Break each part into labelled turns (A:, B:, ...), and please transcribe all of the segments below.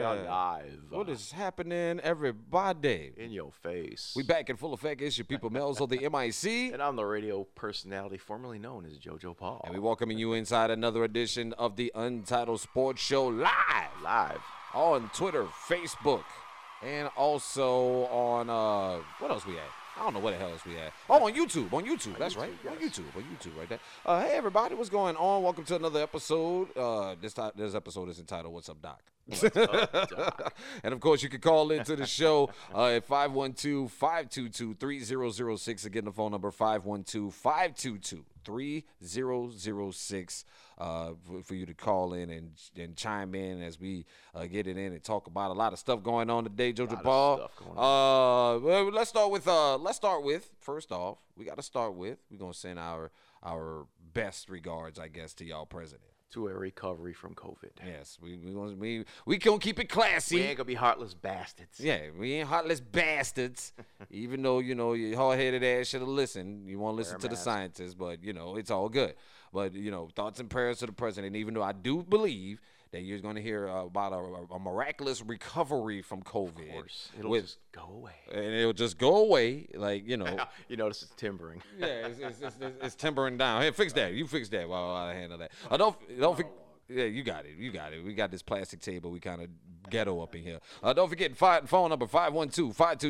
A: Y'all
B: Yeah.
A: guys.
B: What
A: uh,
B: is happening, everybody?
A: in your face?
B: We back in full effect. It's your people, Mel's of the MIC.
A: And I'm the radio personality formerly known as JoJo Paul.
B: And we welcoming you inside another edition of the Untitled Sports Show live
A: live.
B: on Twitter, Facebook, and also on uh what else we at? I don't know what the hell else we at. Oh, on YouTube, on YouTube. That's right,
A: YouTube,
B: on
A: yes.
B: YouTube, on YouTube, right there. Uh, hey everybody, what's going on? Welcome to another episode. Uh, this ti- this episode is entitled "What's Up, Doc."
A: uh,
B: and of course, you can call into the show uh, at 512 522 3006. Again, the phone number 512 522 3006 uh, for you to call in and, and chime in as we uh, get it in and talk about a lot of stuff going on today, JoJo
A: of
B: Paul.
A: stuff going
B: Uh, well, let's start with uh, let's start with first off, we got to start with we're gonna send our our best regards, I guess, to y'all president.
A: To a recovery from COVID.
B: Yes, we we gonna- we we gonna keep it classy.
A: We ain't gonna be heartless bastards.
B: Yeah, we ain't heartless bastards. even though you know your hard-headed ass should have listened. You want to listen
A: a
B: to the
A: mask.
B: scientists, but you know it's all good. But you know, thoughts and prayers to the president. Even though I do believe that you're going to hear uh, about a, a miraculous recovery from COVID,
A: Of course. It'll
B: with-
A: just go away.
B: and it'll just go away. Like you know,
A: You notice it's timbering.
B: yeah, it's, it's, it's, it's, it's timbering down. Here, fix that. You fix that while I handle that. I don't don't forget. Yeah, you got it. You got it. We got this plastic table. We kind of ghetto up in here. Uh, don't forget, five, phone number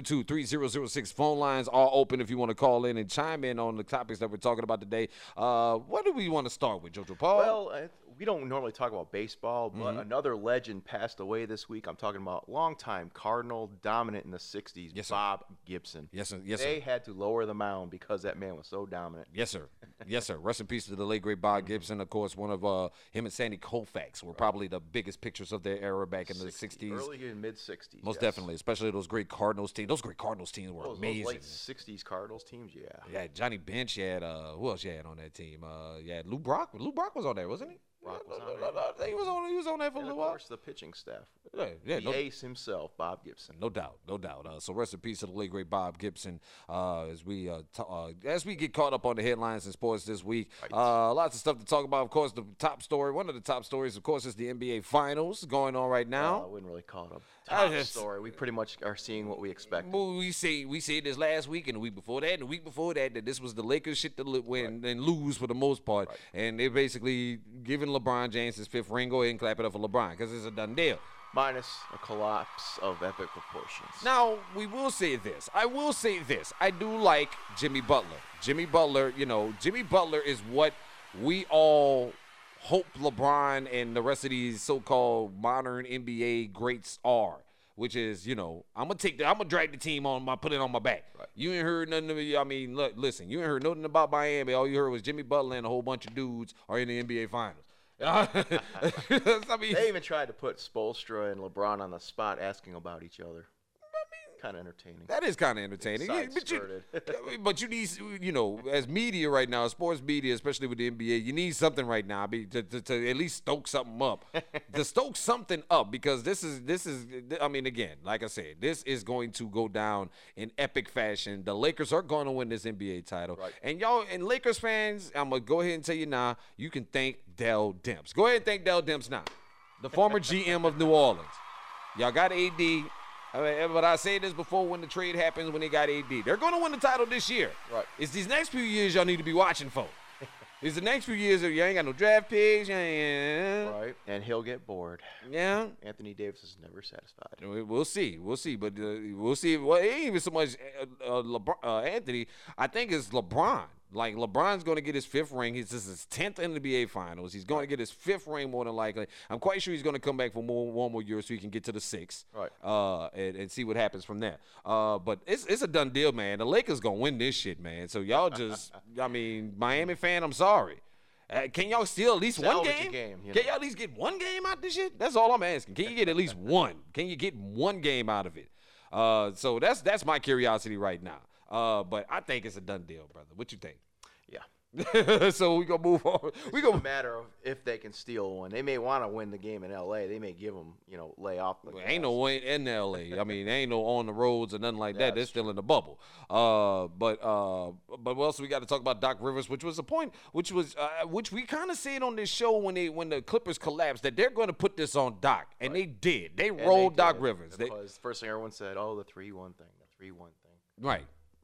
B: 512-522-3006. Phone lines are open if you want to call in and chime in on the topics that we're talking about today. Uh, what do we want to start with, Jojo Paul?
A: Well, uh, we don't normally talk about baseball, but
B: Mm-hmm.
A: another legend passed away this week. I'm talking about longtime Cardinal dominant in the 60s,
B: Yes, sir.
A: Bob Gibson.
B: yes, sir. Yes,
A: they
B: sir.
A: had to lower the mound because that man was so dominant.
B: Yes, sir. Yes, sir. Rest in peace to the late great Bob Gibson. Of course, one of uh, him and Sandy Koufax were probably the biggest pictures of their era back in the 60s.
A: Early and mid 60s.
B: Most
A: yes.
B: definitely, especially those great Cardinals teams. Those great Cardinals teams were
A: Those, those
B: amazing.
A: late 60s Cardinals teams, yeah.
B: Yeah, Johnny Bench. You had uh, who else you had on that team? Uh, you had Lou Brock. Lou Brock was on there, wasn't he?
A: Brock was
B: No,
A: on
B: no, no, no, He was on. He was on there for a
A: And of
B: little while.
A: course, the pitching staff.
B: Yeah, yeah,
A: the
B: no,
A: ace himself, Bob Gibson.
B: no doubt, no doubt. Uh, so rest in peace to the late great Bob Gibson. Uh, as we uh, t- uh, as we get caught up on the headlines and sports this week, uh, lots of stuff to talk about. Of course, the top story, one of the top stories, of course, is the NBA Finals going on right now.
A: Uh, I wouldn't really call it a
B: I
A: top
B: just-
A: story. We pretty much are seeing what we expected.
B: Well, we say we said this last week and the week before that and the week before that that this was the Lakers shit to li- win and lose for the most part, and they're basically giving LeBron James his fifth ring. Go ahead and clap it up for LeBron because it's a done deal.
A: Minus a collapse of epic proportions.
B: Now we will say this. I will say this. I do like Jimmy Butler. Jimmy Butler, you know, Jimmy Butler is what we all hope LeBron and the rest of these so-called modern NBA greats are. Which is, you know, I'm gonna take the, I'm gonna drag the team on my, put it on my back. You ain't heard nothing. Of, I mean, look, listen, you ain't heard nothing about Miami. All you heard was Jimmy Butler and a whole bunch of dudes are in the NBA Finals. I mean,
A: They even tried to put Spolstra and LeBron on the spot asking about each other. Kind of entertaining.
B: That is kind of entertaining. Yeah, but, you,
A: Side-skirted.
B: but you need, you know, as media right now, sports media, especially with the NBA, you need something right now be- to, to, to at least stoke something up, to stoke something up because this is this is. I mean, again, like I said, this is going to go down in epic fashion. The Lakers are going to win this NBA title, and y'all and Lakers fans, I'm gonna go ahead and tell you now, you can thank Dell Demps. Go ahead and thank Dell Demps now, the former GM of New Orleans. Y'all got AD. I mean, eh, but I say this before when the trade happens when they got AD. They're going to win the title this year.
A: Right.
B: It's these next few years y'all need to be watching for. it's the next few years that you ain't got no draft picks. You ain't, eh?
A: Right? And he'll get bored.
B: Yeah.
A: Anthony Davis is never satisfied.
B: We- We'll see. We'll see. But uh, we'll see. Well, it ain't even so much uh, uh, LeBron, uh, Anthony. I think it's LeBron. Like LeBron's going to get his fifth ring. He's this is his tenth NBA Finals. He's going to get his fifth ring more than likely. I'm quite sure he's going to come back for more one more year so he can get to the six.
A: Right.
B: Uh, and, and see what happens from there. Uh, but it's it's a done deal, man. The Lakers going to win this shit, man. So y'all just, I mean, Miami fan, I'm sorry. Uh, can y'all steal at least one
A: Salvage a
B: game?
A: game, you
B: Can
A: know.
B: y'all at least get one game out of this shit? That's all I'm asking. Can you get at least one? Can you get one game out of it? Uh, so that's that's my curiosity right now. Uh, but I think it's a done deal, brother. What you think?
A: Yeah.
B: so we gonna move on. We
A: It's a
B: gonna
A: matter of if they can steal one. They may want to win the game in L.A. They may give them, you know, lay off. The
B: ain't no
A: gas.
B: way in LA. I mean, ain't no on the roads or nothing like that. They're
A: That's
B: still in the bubble. Uh, but uh, but what else we got to talk about? Doc Rivers, which was a point, which was uh, which we kind of said on this show when they when the Clippers collapsed that they're going to put this on Doc, and they did. They
A: And they
B: rolled Doc
A: did,
B: Rivers. They-
A: Because first thing everyone said, oh, the three-one thing, the three-one thing.
B: Right.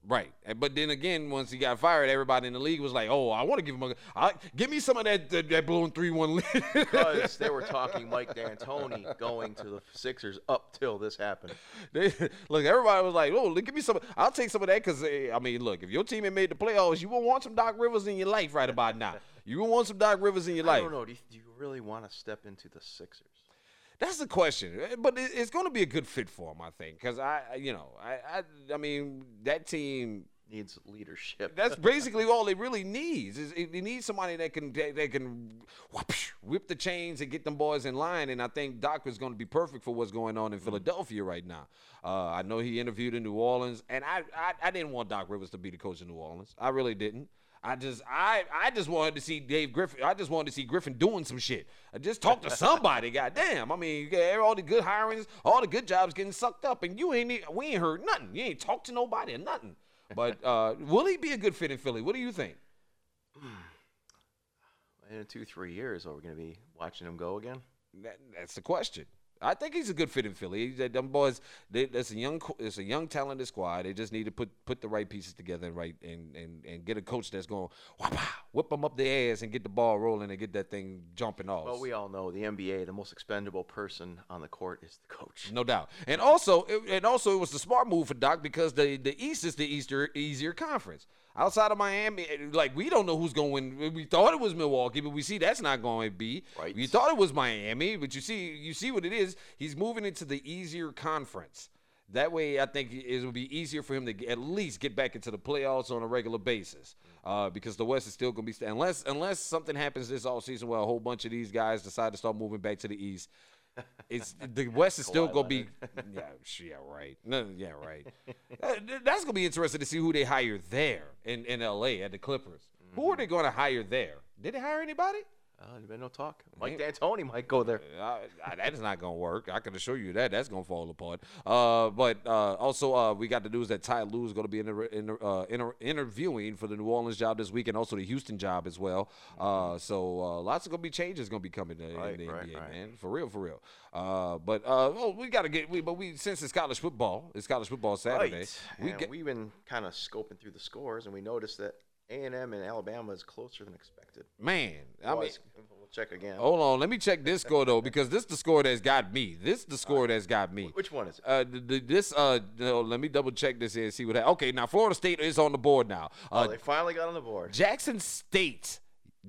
B: Right. And- But then again, once he got fired, everybody in the league was like, "Oh, I want to give him a I, give me some of that that, that blown 3-1 lead."
A: Because they were talking Mike D'Antoni going to the Sixers up till this happened.
B: They, look, everybody was like, "Oh, give me some. I'll take some of that." Because I mean, look, if your team had made the playoffs, you will want some Doc Rivers in your life right about now. You will want some Doc Rivers in your
A: I
B: life.
A: don't know. Do you, do you really want to step into the Sixers?
B: That's the question. Eh, But it, it's going to be a good fit for him, I think. Because I, I- you know, I, I, I mean, that team.
A: Needs leadership.
B: That's basically all they really needs. Is it, they need somebody that can that, that can whoopsh, whip the chains and get them boys in line. And I think Doc is going to be perfect for what's going on in Philadelphia right now. Uh, I know he interviewed in New Orleans, and I, I I didn't want Doc Rivers to be the coach in New Orleans. I really didn't. I just I I just wanted to see Dave Griffin. I just wanted to see Griffin doing some shit. I just talk to somebody. Goddamn. I mean, you got all the good hirings, all the good jobs getting sucked up, and you ain't e- we ain't heard nothing. You ain't talked to nobody or nothing. But uh, will he be a good fit in Philly? What do you think?
A: In two, three years, are we going to be watching them go again?
B: That, that's the question. I think he's a good fit in Philly. He's- Them boys, they, that's a young, co- it's a young talented squad. They just need to put put the right pieces together and right and and, and get a coach that's going to whip them up the ass and get the ball rolling and get that thing jumping off.
A: Well, we all know the NBA, the most expendable person on the court is the coach.
B: No doubt. And also, it, and also, it was the smart move for Doc because the the East is the Easter easier conference. Outside of Miami, eh, like we don't know who's going to win. We thought it was Milwaukee, but we see that's not going to be.
A: Right.
B: We thought it was Miami, but you see, you see what it is. He's moving into the easier conference. That way, I think it will be easier for him to g- at least get back into the playoffs on a regular basis, uh, because the West is still going to be st- unless unless something happens this offseason where a whole bunch of these guys decide to start moving back to the East. It's the West is still
A: Kawhi
B: going to be yeah, sh- yeah, right. No, yeah, right. Uh, th- That's going to be interesting to see who they hire there in, in L.A. at the Clippers. Who are they going to hire there? Did they hire anybody?
A: Uh, there's been no talk. Mike D'Antoni might go there.
B: I, I, that is not gonna work. I can assure you that that's gonna fall apart. Uh, but uh, also uh, we got the news that Ty Lue is gonna be inter- inter- uh, inter- interviewing for the New Orleans job this week and also the Houston job as well. Uh, so uh, lots of gonna be changes gonna be coming in,
A: Mm-hmm. Right,
B: in the
A: right,
B: NBA,
A: right.
B: man, for real, for real. Uh, but uh, oh, we gotta get. We, but we since it's college football, it's college football Saturday.
A: Right.
B: We
A: and
B: get,
A: we've been kind of scoping through the scores, and we noticed that A&M and Alabama is closer than expected.
B: man, I mean, Oh.
A: Was- we'll check again.
B: hold on, let me check this score though because this the score that's got me. This the score that's got me.
A: Which one is it?
B: Uh, th- th- this uh, no, let me double check this here and see what. hap- okay, now Florida State is on the board now. Uh,
A: oh, they finally got on the board.
B: Jackson State,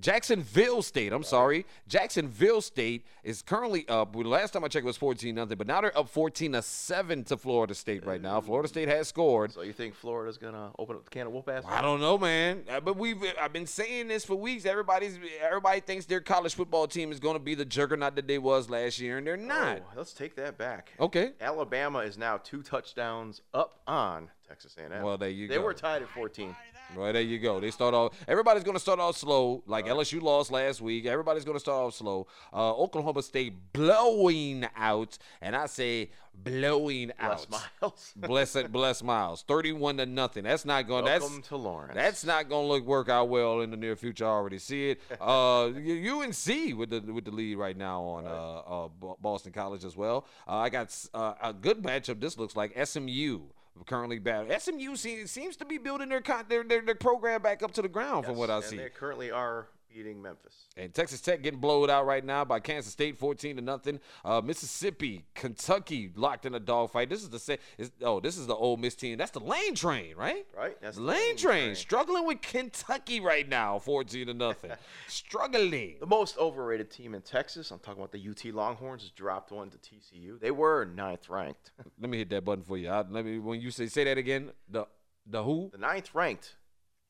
B: Jacksonville State. I'm sorry, Jacksonville State is currently up. Well, last time I checked, it was 14 nothing, but now they're up 14 to seven to Florida State right now. Florida State has scored.
A: So you think Florida's gonna open up the can of whoop ass?
B: I don't know, man. Uh, But we've I've been saying this for weeks. Everybody's everybody thinks their college football team is going to be the juggernaut that they was last year, and they're not. Oh.
A: Oh, let's take that back.
B: Okay.
A: Alabama is now two touchdowns up on Texas A&M.
B: Well, there you
A: they
B: go.
A: were tied at 14.
B: Well, there you go. They start off. Everybody's going to start off slow, like LSU lost last week. Everybody's going to start off slow. Uh, Oklahoma State blowing out, and I say blowing
A: Plus
B: out.
A: miles.
B: bless it, bless Miles. Thirty-one to nothing. That's not going. That's
A: Welcome to Lawrence.
B: that's not going to look work out well in the near future. I already see it. Uh, U- UNC with the with the lead right now on uh, uh, Bo- Boston College as well. Uh, I got s- uh, a good matchup. This looks like SMU currently battle. SMU se- seems to be building their con- their, their their program back up to the ground from what I
A: and
B: see.
A: they currently are beating Memphis.
B: And Texas Tech getting blowed out right now by Kansas State, fourteen to nothing. Uh, Mississippi, Kentucky locked in a dogfight. This is the sa- is, oh, this is the old Miss team. That's the Lane Train, right?
A: Right? That's the
B: Lane Train struggling with Kentucky right now, fourteen to nothing. struggling.
A: The most overrated team in Texas, I'm talking about the UT Longhorns, has dropped one to TCU. They were ninth ranked.
B: Let me hit that button for you. I, let me when you say say that again. The the who?
A: The ninth ranked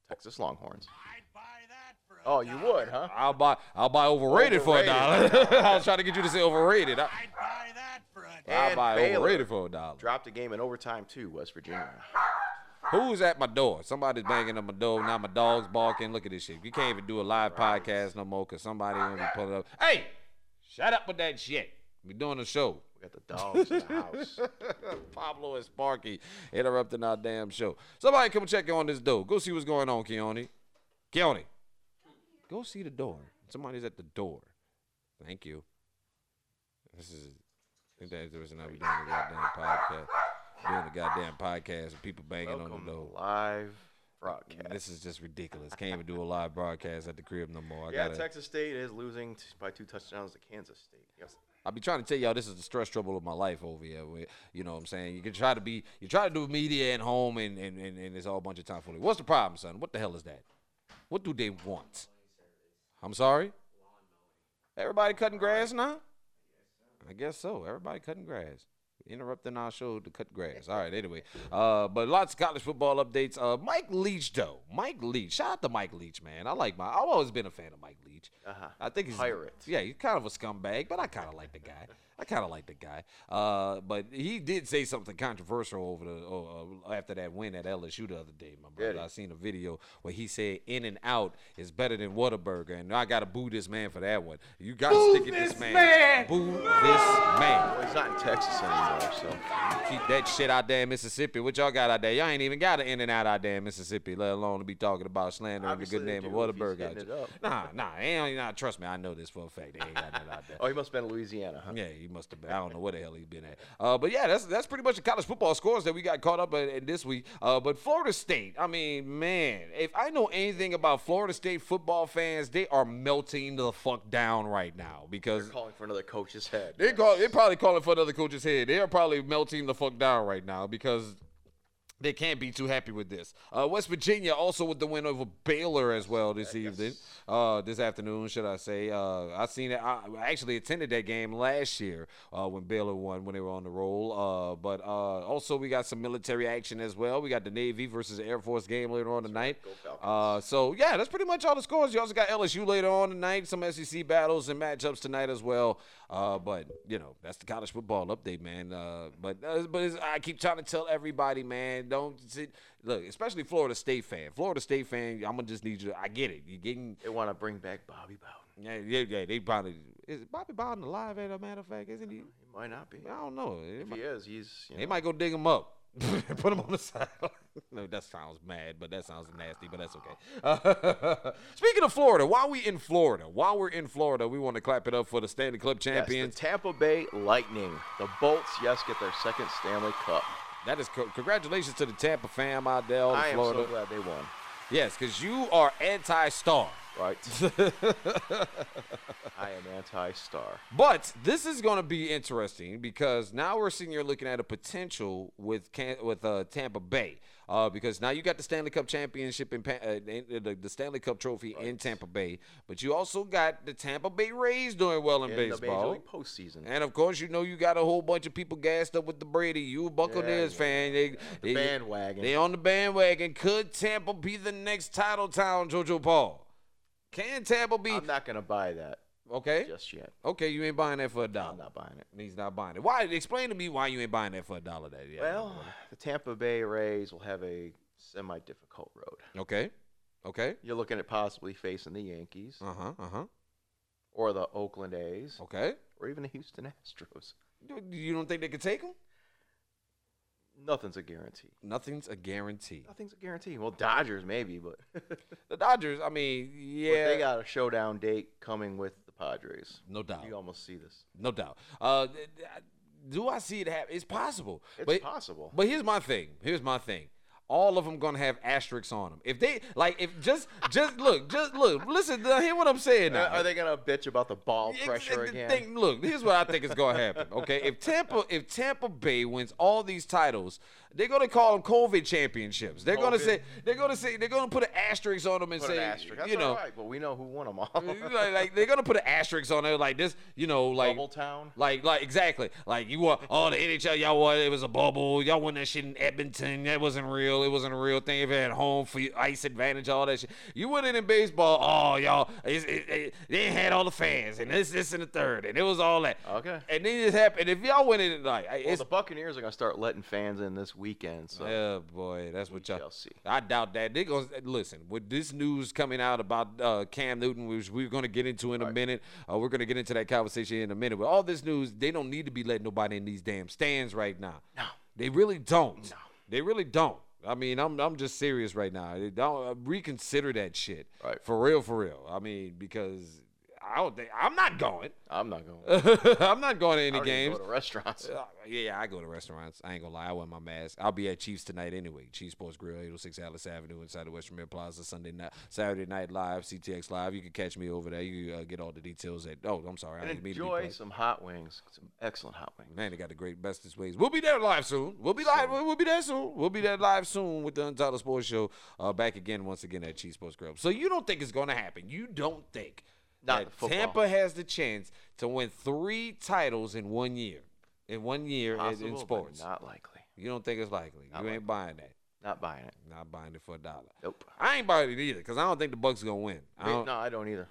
A: Texas Longhorns. Oh, you would, huh?
B: I'll buy I'll buy overrated, for a dollar.
A: Overrated.
B: I was trying to get you to say overrated. I, will
A: And
B: buy
A: Baylor
B: overrated for a dollar.
A: Dropped a game in overtime too, West Virginia.
B: Who's at my door? Somebody's banging on my door. Now my dog's barking. Look at this shit. You can't even do a live podcast no more because somebody gonna be pulling up. Hey, shut up with that shit. We doing a show.
A: We got the dogs in the house.
B: Pablo and Sparky interrupting our damn show. Somebody come check on this door. Go see what's going on, Keone. Keone, go see the door. Somebody's at the door. Thank you. This is I think that's the reason I be doing a goddamn podcast. Doing a goddamn podcast with people banging on
A: Welcome
B: the door.
A: live broadcast.
B: This is just ridiculous. Can't even do a live broadcast at the crib no more. I
A: yeah,
B: gotta,
A: Texas State is losing t- by two touchdowns to Kansas State. Yes.
B: I'll be trying to tell y'all this is the stress trouble of my life over here. where- you know what I'm saying? You can try to be, you try to do media at home and, and, and, and it's all a bunch of time for What's the problem, son? What the hell is that? What do they want? I'm sorry? Everybody cutting grass now? I guess so. Everybody cutting grass. Interrupting our show to cut grass. All right, anyway. Uh, but lots of college football updates. Uh, Mike Leach, though. Mike Leach. Shout out to Mike Leach, man. I like my. I've always been a fan of Mike Leach.
A: Uh-huh.
B: I think he's
A: Pirate.
B: yeah, he's kind of a scumbag, but I kind of like the guy. I kind of like the guy. Uh, but he did say something controversial over the oh, uh, after that win at LSU the other day, my brother.
A: he?
B: I seen a video where he said "In and Out is better than Whataburger," and I gotta boo this man for that one. You gotta stick it this man. Boo this man.
A: Well, he's not in Texas anymore, so
B: Keep that shit out there in Mississippi. What y'all got out there? Y'all ain't even got an in and out out there in Mississippi, let alone to be talking about slandering the
A: Obviously
B: good
A: they
B: name of
A: do if he's
B: Whataburger. out
A: hitting
B: there.
A: it
B: Nah, nah, ain't, nah, trust me, I know this for a fact. They ain't got that out there.
A: Oh, he must have been in Louisiana, huh?
B: Yeah, he must have been. I don't know where the hell he's been at. Uh, but yeah, that's that's pretty much the college football scores that we got caught up in, in this week. Uh, but Florida State, I mean, man, if I know anything about Florida State football fans, they are melting the fuck down right now because
A: Calling for another coach's head.
B: they call they probably calling for another coach's head. They are probably melting the fuck down right now because they can't be too happy with this. Uh, West Virginia also with the win over Baylor as well this evening, uh, this afternoon, should I say? Uh, I seen it. I I actually attended that game last year uh, when Baylor won when they were on the roll. Uh, but uh, also we got some military action as well. We got the Navy versus Air Force game later on tonight. Uh, so yeah, that's pretty much all the scores. You also got LSU later on tonight, some SEC battles and matchups tonight as well. Uh, but you know that's the college football update, man. Uh, but uh, but it's, I keep trying to tell everybody, man, don't sit, look, especially Florida State fan. Florida State fan, I'm gonna just need you. I get it. You're getting
A: They want to bring back Bobby Bowden.
B: yeah yeah, yeah they probably is Bobby Bowden alive? As a matter of fact, isn't he?
A: He might not be.
B: I don't know. It
A: If he is, he's you
B: they
A: know,
B: might go dig him up. Put him on the side. no, that sounds mad, but that sounds nasty, but that's okay. speaking of Florida, while we in Florida, while we're in Florida, we want to clap it up for the Stanley Club
A: yes, the
B: champions.
A: Tampa Bay Lightning. The Bolts, yes, get their second Stanley Cup.
B: that is co- congratulations to the Tampa fam out there all in
A: I am
B: Florida.
A: so glad they won.
B: yes, because you are anti-star.
A: Right. I am anti-star.
B: But this is going to be interesting because now we're sitting here looking at a potential with Can- with uh, Tampa Bay uh, because now you got the Stanley Cup championship in, Pa- uh, in uh, the, the Stanley Cup trophy in Tampa Bay, but you also got the Tampa Bay Rays doing well in,
A: In the Major
B: baseball.
A: League postseason.
B: and of course, you know you got a whole bunch of people gassed up with the Brady. You a Buccaneers
A: yeah.
B: fan? They, they,
A: bandwagon.
B: They on the bandwagon. Could Tampa be the next title town, JoJo Paul? Can Tampa be
A: I'm not going to buy that
B: okay?
A: just yet.
B: Okay, you ain't buying that for a
A: I'm
B: dollar.
A: not buying it.
B: And He's not buying it. Why? Explain to me why you ain't buying that for a dollar. That yeah.
A: Well, the Tampa Bay Rays will have a semi-difficult road.
B: Okay. Okay.
A: You're looking at possibly facing the Yankees
B: Uh huh. Oh. Uh huh.
A: or the Oakland A's
B: Okay.
A: or even the Houston Astros.
B: You- You don't think they could take him?
A: Nothing's a guarantee.
B: Nothing's a guarantee.
A: Nothing's a guarantee. Well, Dodgers maybe, but
B: The Dodgers. I mean, yeah.
A: but they got a showdown date coming with the Padres.
B: no doubt.
A: You almost see this.
B: No doubt. Uh, th- th- I- do I see it happen? It's possible.
A: It's
B: but,
A: possible.
B: But here's my thing. Here's my thing. All of them gonna have asterisks on them. If they like, if just just look, just look, listen, hear what I'm saying. Now.
A: Uh, are they gonna bitch about the ball
B: Ex-
A: pressure
B: the
A: again?
B: thing- look, here's what I think is going to happen. Okay, if Tampa, if Tampa Bay wins all these titles, they're going to call them COVID championships. They're going to
A: COVID.
B: say they're going to say they're going to put an asterisk on them and
A: Put
B: say,
A: an asterisk. That's
B: you know,
A: all right, but we know who won them all.
B: like, like, they're going to put an asterisk on it like this, you know, like.
A: Bubble Town.
B: Like, like, exactly. Like, you were, oh, the NHL, y'all won. It was a bubble. Y'all won that shit in Edmonton. That wasn't real. real. It wasn't a real thing. If it had home field, ice advantage, all that shit. You went in in baseball. Oh, y'all, it's, it, it, they had all the fans and this, this, and the third, and it was all that.
A: Okay.
B: And then it happened. If y'all went in like, I-
A: Well,
B: it's,
A: the Buccaneers are gonna start letting fans in this weekend. So
B: oh boy, that's what
A: We
B: y'all.
A: shall see.
B: I doubt that. They gonna listen with this news coming out about uh, Cam Newton, which we're gonna get into in a minute. Uh, we're gonna get into that conversation in a minute. With all this news, they don't need to be letting nobody in these damn stands right now.
A: No.
B: they really don't. No. they really don't. I mean, I'm I'm just serious right now. They Don't uh, reconsider that shit.
A: Right.
B: For real, for real. I mean, because I don't think I'm not going.
A: I'm not going. I
B: I'm not going to any
A: don't even
B: games.
A: go to restaurants.
B: Uh, yeah, I go to restaurants. I ain't gonna lie, I wear my mask. I'll be at Chiefs tonight anyway. Chiefs Sports Grill, 806 Alice Avenue, inside the Western Mill Plaza, Sunday night, Saturday night live, CTX live. You can catch me over there. You uh, get all the details at. Oh, I'm sorry, I
A: And
B: didn't mean to be
A: enjoy
B: polite.
A: some hot wings. Some excellent hot wings.
B: Man, they got the great bestest ways. We'll be there live soon. We'll be live. We'll be there soon. We'll be there live soon with the Untitled Sports Show. Uh, back again once again at Cheese Post Grub. So you don't think it's gonna happen? You don't think
A: Not
B: that
A: in football.
B: Tampa has the chance to win three titles in one year? In one year in-
A: Possible,
B: in
A: but
B: sports,
A: not likely.
B: you don't think it's likely? you ain't buying that.
A: Not buying it.
B: Not buying it for a dollar.
A: Nope.
B: I ain't buying it either because I don't think the Bucks gonna win. I
A: Me-
B: don't,
A: no, I don't either.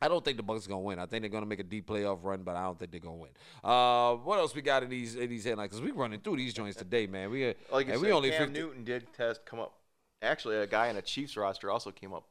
B: I don't think the Bucks gonna win. I think they're gonna make a deep playoff run, but I don't think they're gonna win. Uh, what else we got in these in these headlines? Because we running through these joints today, man. We uh,
A: Like you
B: and
A: said,
B: we only
A: Cam
B: 50
A: Newton did test come up. Actually, a guy in a Chiefs roster also came up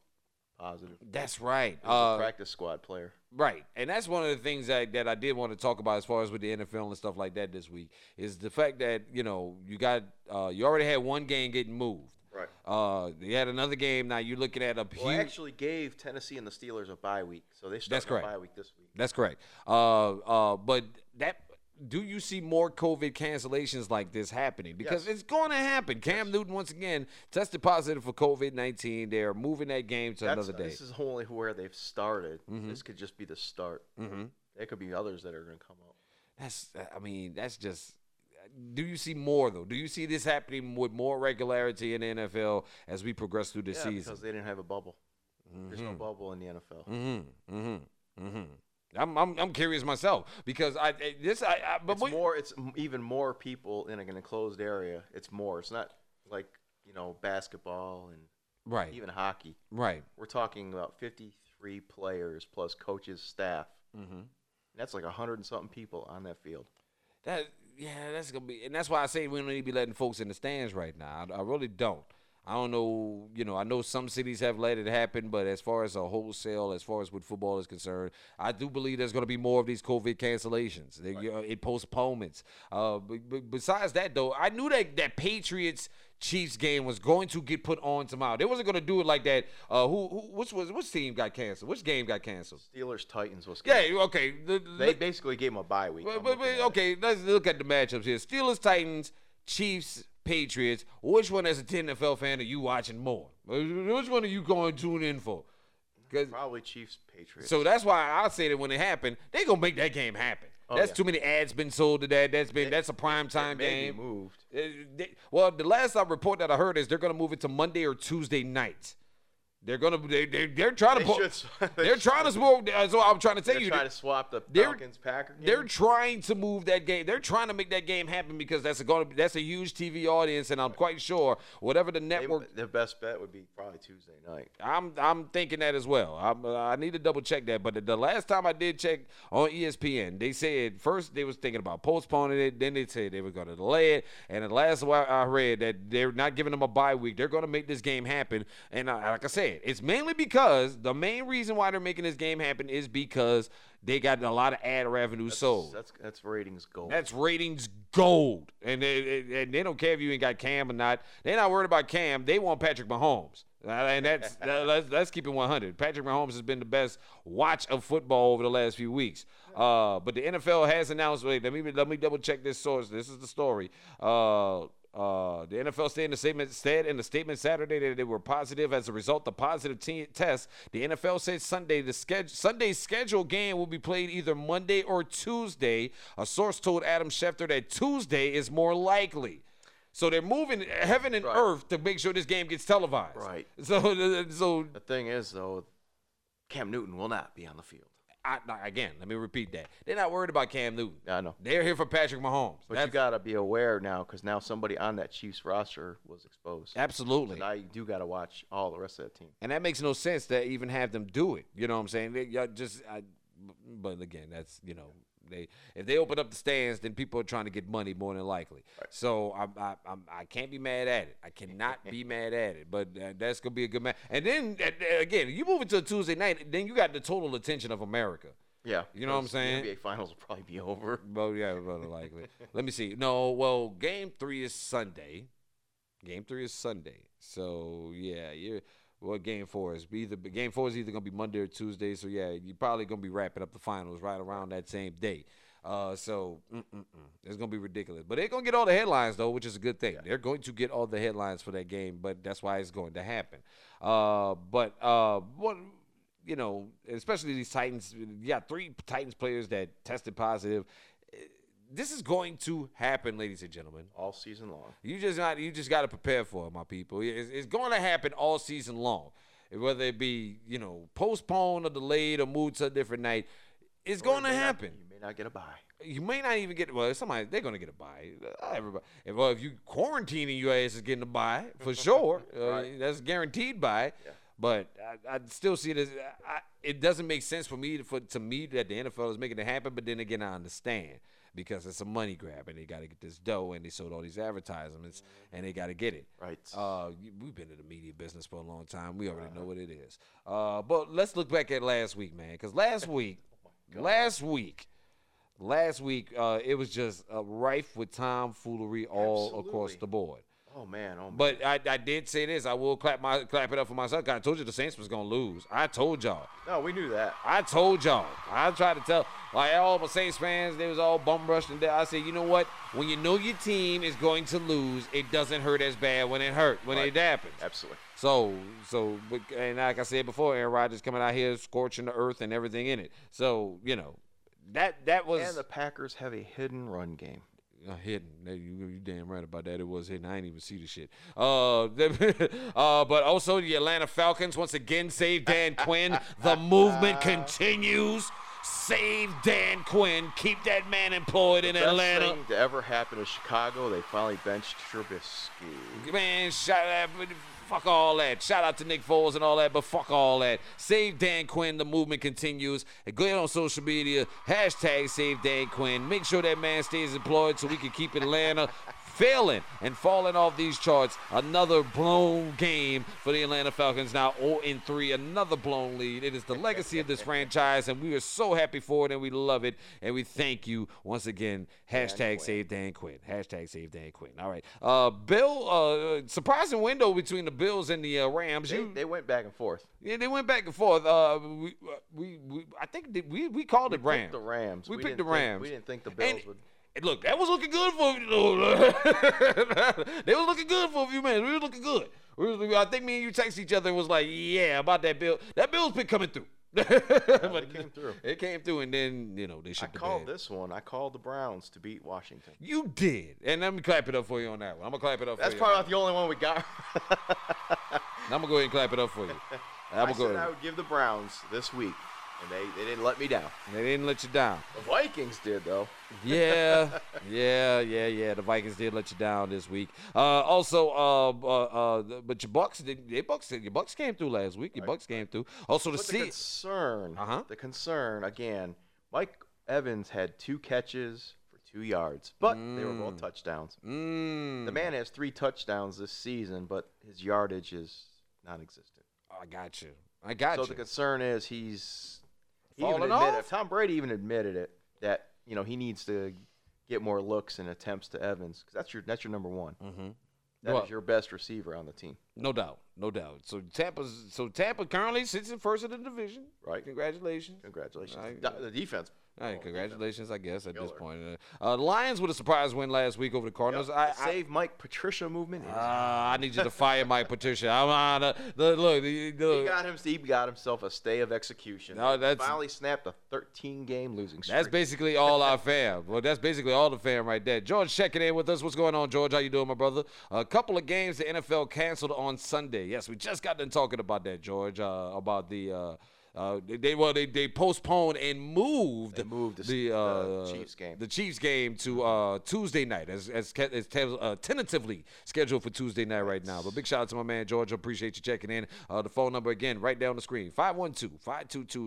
A: positive.
B: That's right.
A: He was a
B: Uh,
A: practice squad player.
B: Right. And that's one of the things that, that I did want to talk about as far as with the NFL and stuff like that this week is the fact that, you know, you got uh, you already had one game getting moved.
A: Right.
B: Uh, you had another game. Now you're looking at a
A: Well,
B: huge.
A: actually gave Tennessee and the Steelers a bye week, so they
B: That's
A: start a
B: correct.
A: bye week this week.
B: That's correct. Uh, uh, but that do you see more COVID cancellations like this happening? Because
A: Yes.
B: it's going to happen. Cam Newton once again tested positive for COVID nineteen. They are moving that game to
A: That's,
B: another day. Mm-hmm.
A: This is only where they've started. This could just be the start. Mm-hmm. There could be others that are going to come up.
B: That's I mean that's just. Do you see more though? Do you see this happening with more regularity in the NFL as we progress through the
A: Yeah,
B: season?
A: because they didn't have a bubble. There's no bubble in the NFL.
B: Mm-hmm. Mm-hmm. Mm-hmm. I'm, I'm I'm curious myself because I I- this I, I but
A: It's
B: we-
A: more. It's m- even more people in an enclosed area. It's more. It's not like you know basketball and
B: right
A: even hockey.
B: right
A: We're talking about 53 players plus coaches, staff.
B: mm-hmm.
A: That's like a hundred and something people on that field.
B: That yeah, that's gonna be, and that's why I say we don't need to be letting folks in the stands right now. I, I really don't. I don't know, you know. I know some cities have let it happen, but as far as a wholesale, as far as with football is concerned, I do believe there's going to be more of these COVID cancellations, They- you know, it postponements. Uh, but, but besides that, though, I knew that that Patriots Chiefs game was going to get put on tomorrow. They wasn't going to do it like that. Uh, who, who, which was, which team got canceled? Which game got canceled?
A: Steelers Titans was.
B: Yeah, okay. the-
A: They basically gave them a bye week.
B: but,
A: I'm
B: but,
A: looking
B: but,
A: at it.
B: okay, let's look at the matchups here. Steelers, Titans, Chiefs, Patriots. Which one as a 10 NFL fan are you watching more? Which one are you going to tune in for? 'Cause-
A: Probably Chiefs Patriots.
B: so that's why I say that when it happened, they gonna make that game happen. that's
A: Oh, yeah.
B: too many ads been sold to that. That's been that's a prime time
A: may
B: game.
A: be moved.
B: Uh, they- well, the last I report that I heard is they're gonna move it to Monday or Tuesday night. They're gonna they, they they're trying to
A: They
B: pull-
A: should- they
B: they're
A: should-
B: trying to move. So I'm trying to tell
A: They're
B: you,
A: trying to swap the
B: they're-
A: Falcons Packer game.
B: they're trying to move that game. They're trying to make that game happen because that's a going to that's a huge TV audience, and I'm quite sure whatever the
A: They-
B: network.
A: their best bet would be probably Tuesday night.
B: I'm I'm thinking that as well. I'm, uh, I need to double check that. But the, the last time I did check on E ESPN, they said first they was thinking about postponing it. Then they said they were going to delay it. And the last one I read that they're not giving them a bye week. They're going to make this game happen. And uh, like I said, it's mainly because the main reason why they're making this game happen is because they got a lot of ad revenue sold.
A: That's that's ratings goal.
B: That's ratings gold, and they, and- and they don't care if you ain't got Cam or not. They're not worried about Cam. They want Patrick Mahomes, Uh, and that's that- let's, let's keep it 100. Patrick Mahomes has been the best watch of football over the last few weeks. Uh, but the NFL has announced. Wait, let me let me double check this source. This is the story. Uh, uh, the NFL said in the statement said in the statement Saturday that they were positive as a result of positive te- tests. The NFL said Sunday the schedule Sunday's scheduled game will be played either Monday or Tuesday. A source told Adam Schefter that Tuesday is more likely. So they're moving heaven and earth to make sure this game gets televised.
A: Right.
B: So so
A: the thing is though, Cam Newton will not be on the field.
B: I, I- again, let me repeat that. They're not worried about Cam Newton.
A: I know.
B: They're here for Patrick Mahomes.
A: But
B: That's
A: you got to be aware now because now somebody on that Chiefs roster was exposed.
B: absolutely.
A: And I do got to watch all the rest of that team.
B: And that makes no sense to even have them do it. You know what I'm saying? They, y'all just, I, but again, that's you know, they if they open up the stands, then people are trying to get money more than likely. So I, I, I'm, I can't be mad at it. I cannot be mad at it. But uh, that's gonna be a good match. And then uh, again, you move it to a Tuesday night, then you got the total attention of America.
A: Yeah.
B: You know what I'm
A: those-
B: saying?
A: The NBA Finals will probably be over.
B: Well, yeah, more than likely. Let me see. No, well, game three is Sunday. Game three is Sunday. So yeah, you. Well, game four is either game four is either gonna be Monday or Tuesday. So yeah, you're probably gonna be wrapping up the finals right around that same day. Uh, so mm-mm-mm. it's gonna be ridiculous. But they're gonna get all the headlines though, which is a good thing. They're going to get all the headlines for that game, but that's why it's going to happen. Uh, but uh, what you know, especially these Titans, you got three Titans players that tested positive. This is going to happen, ladies and gentlemen.
A: All season long.
B: You just not you just got to prepare for it, my people. It's, it's going to happen all season long, whether it be you know postponed or delayed or moved to a different night. It's going to
A: May not-
B: happen.
A: You may not get a bye.
B: You may not even get well. Somebody they're going to get a buy. Uh, Everybody, if, well, if you quarantining your ass is getting a buy for sure. Uh,
A: Right.
B: That's guaranteed buy. But I, I still see it as I, it doesn't make sense for me to, for to me that the NFL is making it happen. But then again, I understand because it's a money grab and they got to get this dough and they sold all these advertisements and they got to get it.
A: Mm-hmm. Right.
B: Uh, you- we've been in the media business for a long time. We already
A: Uh-huh.
B: know what it is. Uh, but let's look back at last week, man, because last week,
A: Oh
B: last week, last week, uh, it was just uh, rife with tomfoolery all across
A: Absolutely.
B: the board.
A: oh, man. Oh, man.
B: But I, I did say this. I will clap my clap it up for myself. 'cause I told you the Saints was gonna lose. I told y'all.
A: no, we knew that.
B: I told y'all. I tried to tell like all my Saints fans, they was all bum rushed and I said, you know what? When you know your team is going to lose, it doesn't hurt as bad when it hurt when
A: Right.
B: it happens.
A: Absolutely.
B: So, so, but- and like I said before, Aaron Rodgers coming out here scorching the earth and everything in it. So, you know, that that was
A: And the Packers have a hidden run game.
B: uh, hidden. There You, you damn right about that. It was hidden. I ain't even see the shit. Uh, uh, but also the Atlanta Falcons once again saved Dan Quinn. The movement continues. Save Dan Quinn. Keep that man employed in
A: Best
B: Atlanta.
A: thing to ever happen to Chicago, they finally benched Trubisky.
B: Man, shout out, fuck all that. Shout out to Nick Foles and all that, but fuck all that. Save Dan Quinn. The movement continues. Go on social media, hashtag Save Dan Quinn. Make sure that man stays employed so we can keep Atlanta failing and falling off these charts. Another blown game for the Atlanta Falcons now 0 3. Another blown lead. It is the legacy of this franchise, and we are so happy for it and we love it. And we thank you once again. Hashtag Save Dan Quinn. Hashtag Save Dan Quinn. All right. Uh, Bill, uh, surprising window between the Bills and the uh, Rams.
A: They,
B: you,
A: they went back and forth.
B: yeah, they went back and forth. Uh, we, we, we, I think that we we called it Rams.
A: Picked the Rams.
B: We, picked the
A: didn't think-
B: Rams.
A: we didn't think the Bills
B: And-
A: would.
B: and look, that was looking good for they was looking good for a few minutes. We was looking good. We was looking- I think me and you text each other and was like, yeah, about that bill. That bill's been coming through. but
A: came through.
B: It came through, and then you know they should.
A: I called this one. I called the Browns to beat Washington.
B: You did, and let me clap it up for you on that one. I'm gonna clap it up.
A: That's
B: for
A: probably not the only one we got.
B: you. I'm gonna go ahead and clap it up for you. I'm
A: I
B: gonna go.
A: said I
B: Ahead.
A: would give the Browns this week, and they, they didn't let me down.
B: They didn't let you down.
A: The Vikings did though.
B: yeah, yeah, yeah, yeah. The Vikings did let you down this week. Uh, also, uh, uh, uh, but your Bucks, did, your Bucks, your Bucks came through last week. Your Bucks came through. Also, the
A: But the
B: Se-
A: concern,
B: Uh-huh.
A: the concern again. Mike Evans had two catches for two yards, but they were both touchdowns.
B: Mm,
A: The man has three touchdowns this season, but his yardage is non-existent.
B: I got you. I got
A: So
B: you.
A: the concern is he's he even
B: Falling
A: admitted,
B: off?
A: Tom Brady even admitted it that you know he needs to get more looks and attempts to Evans 'cause that's your that's your number one. That is
B: Mm-hmm. Well-
A: your best receiver on the team.
B: No doubt, no doubt. So Tampa's, so Tampa currently sits in first of the division.
A: Right.
B: Congratulations.
A: Congratulations.
B: I-
A: The- the defense.
B: All right,
A: Oh,
B: congratulations, I guess, at this
A: Killer.
B: point. Uh, Lions with a surprise win last week over the Cardinals.
A: the
B: I, I,
A: save Mike Patricia movement. is-
B: Ah, I need you to fire Mike Patricia. I'm on a, the, look. The, the,
A: He got him. He got himself a stay of execution.
B: No, that's-
A: finally snapped a 13-game losing streak.
B: That's basically all our fam. Well, that's basically all the fam right there. George checking in with us. What's going on, George? How you doing, my brother? A couple of games the NFL canceled on Sunday. Yes, we just got done talking about that, George. Uh, about the uh, Uh, they, they well they, they postponed and moved,
A: They moved the s-
B: the
A: the
B: uh,
A: Chiefs game.
B: the Chiefs game to uh, Tuesday night as as, ca- as te- uh, tentatively scheduled for Tuesday night right now. But big shout out to my man George. I Appreciate you checking in. Uh, the phone number again right down the screen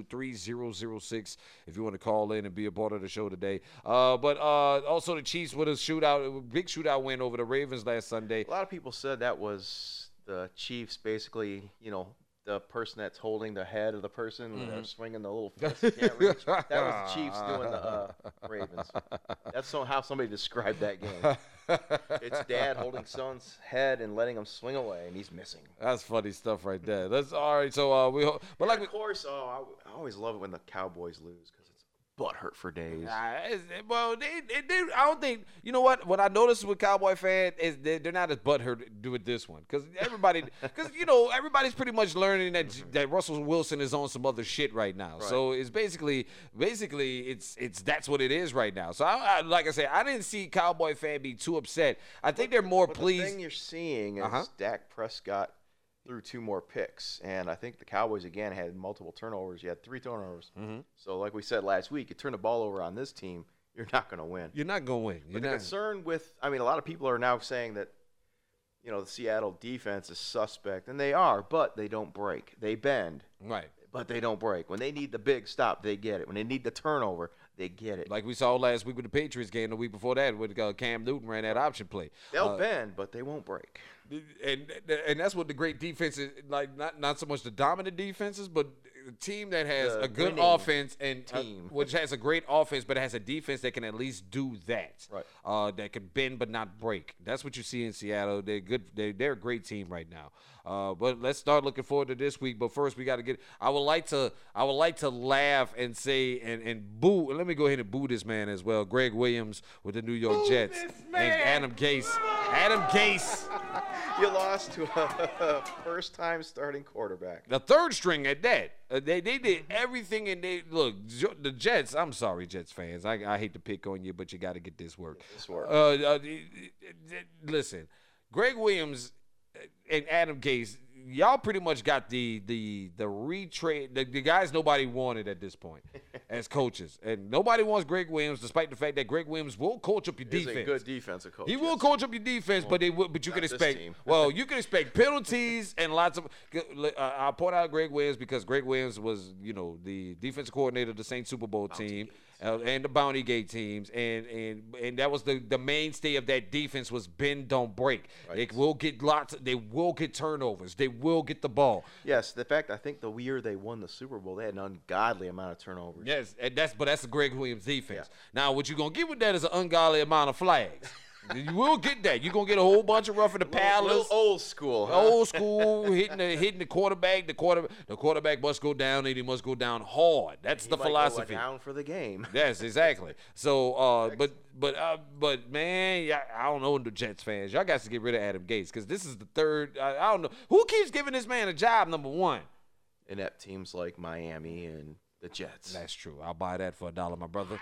B: 512-522-3006 if you want to call in and be a part of the show today. Uh, but uh, also the Chiefs with a shootout, big shootout win over the Ravens last Sunday.
A: A lot of people said that was the Chiefs, basically, you know, the person that's holding the head of the person and they're swinging the little fist. you Can't reach. That was the Chiefs doing the uh, Ravens. That's so, how somebody described that game. It's dad holding son's head and letting him swing away, and he's missing.
B: That's funny stuff right there. That's all right. So uh, we ho- but like we,
A: Of course, oh, I, I always love it when the Cowboys lose because it's butt hurt for days.
B: Nah, it's- it- well, they, they, they- I don't think you know what. What I noticed with Cowboy fan is they, they're not as butthurt do with this one because everybody, because you know everybody's pretty much learning that
A: Mm-hmm.
B: that Russell Wilson is on some other shit right now. So it's basically, basically, it's it's that's what it is right now. So I, I like I said, I didn't see Cowboy fan be too upset. I think they're more
A: But
B: pleased.
A: the thing you're seeing is
B: Uh-huh.
A: Dak Prescott threw two more picks, and I think the Cowboys again had multiple turnovers. You had three turnovers.
B: Mm-hmm.
A: So, like we said last week, you turn the ball over on this team, you're not going to win.
B: you're not going to win. You're
A: the
B: not.
A: concern with, I mean, a lot of people are now saying that, you know, the Seattle defense is suspect, and they are, but they don't break. They bend,
B: Right.
A: but they don't break. When they need the big stop, they get it. When they need the turnover, they get it.
B: Like we saw last week with the Patriots game, the week before that, with uh, Cam Newton ran that option play.
A: They'll
B: Uh,
A: bend, but they won't break.
B: and and that's what the great defense is like. Not not so much the dominant defenses, but a team that has
A: The
B: a good
A: winning
B: offense and uh,
A: team.
B: which has a great offense, but has a defense that can at least do that.
A: Right.
B: Uh, that can bend but not break. That's what you see in Seattle. They're good. They they're a great team right now. Uh, but let's start looking forward to this week. But first, we got to get. I would like to. I would like to laugh and say and and boo. Let me go ahead and boo this man as well. Greg Williams with the New York Jets and Adam Gase. Adam Gase.
A: You lost to a first-time starting quarterback.
B: The third string at that. Uh, they they did everything and they look Jo- the Jets. I'm sorry, Jets fans. I, I hate to pick on you, but you got to get this work.
A: this work.
B: Uh, uh, d- d- d- listen, Greg Williams uh, and Adam Gase, y'all pretty much got the the the retrade the, the guys nobody wanted at this point as coaches, and nobody wants Greg Williams, despite the fact that Greg Williams will coach up your
A: He's
B: defense.
A: a good defensive coach.
B: He will
A: yes.
B: coach up your defense, but they will, but you can
A: this
B: expect
A: team.
B: well, you can expect penalties and lots of. Uh, I'll point out Greg Williams because Greg Williams was you know the defensive coordinator of the Saint Super Bowl team uh, and the Bounty Gate teams, and and and that was the the mainstay of that defense was bend don't break. They will get lots. They will get turnovers. They will get the ball.
A: Yes, the fact I think the year they won the Super Bowl, they had an ungodly amount of turnovers.
B: Yes, and that's but that's the Greg Williams defense. Now what you're gonna get with that is an ungodly amount of flags. you will get that. You're gonna get a whole bunch of rough in the
A: A
B: palace.
A: little old school. Huh?
B: old school hitting the hitting the quarterback. The quarter the quarterback must go down and he must go down hard. That's the
A: He might go
B: philosophy.
A: down for the game.
B: Yes, exactly. So, uh, but but uh, but man, y'all- I don't know the Jets fans. Y'all got to get rid of Adam Gates because this is the third. I, I don't know who keeps giving this man a job. Number one,
A: Inept teams like Miami and the Jets.
B: that's true. I'll buy that for a dollar, my brother.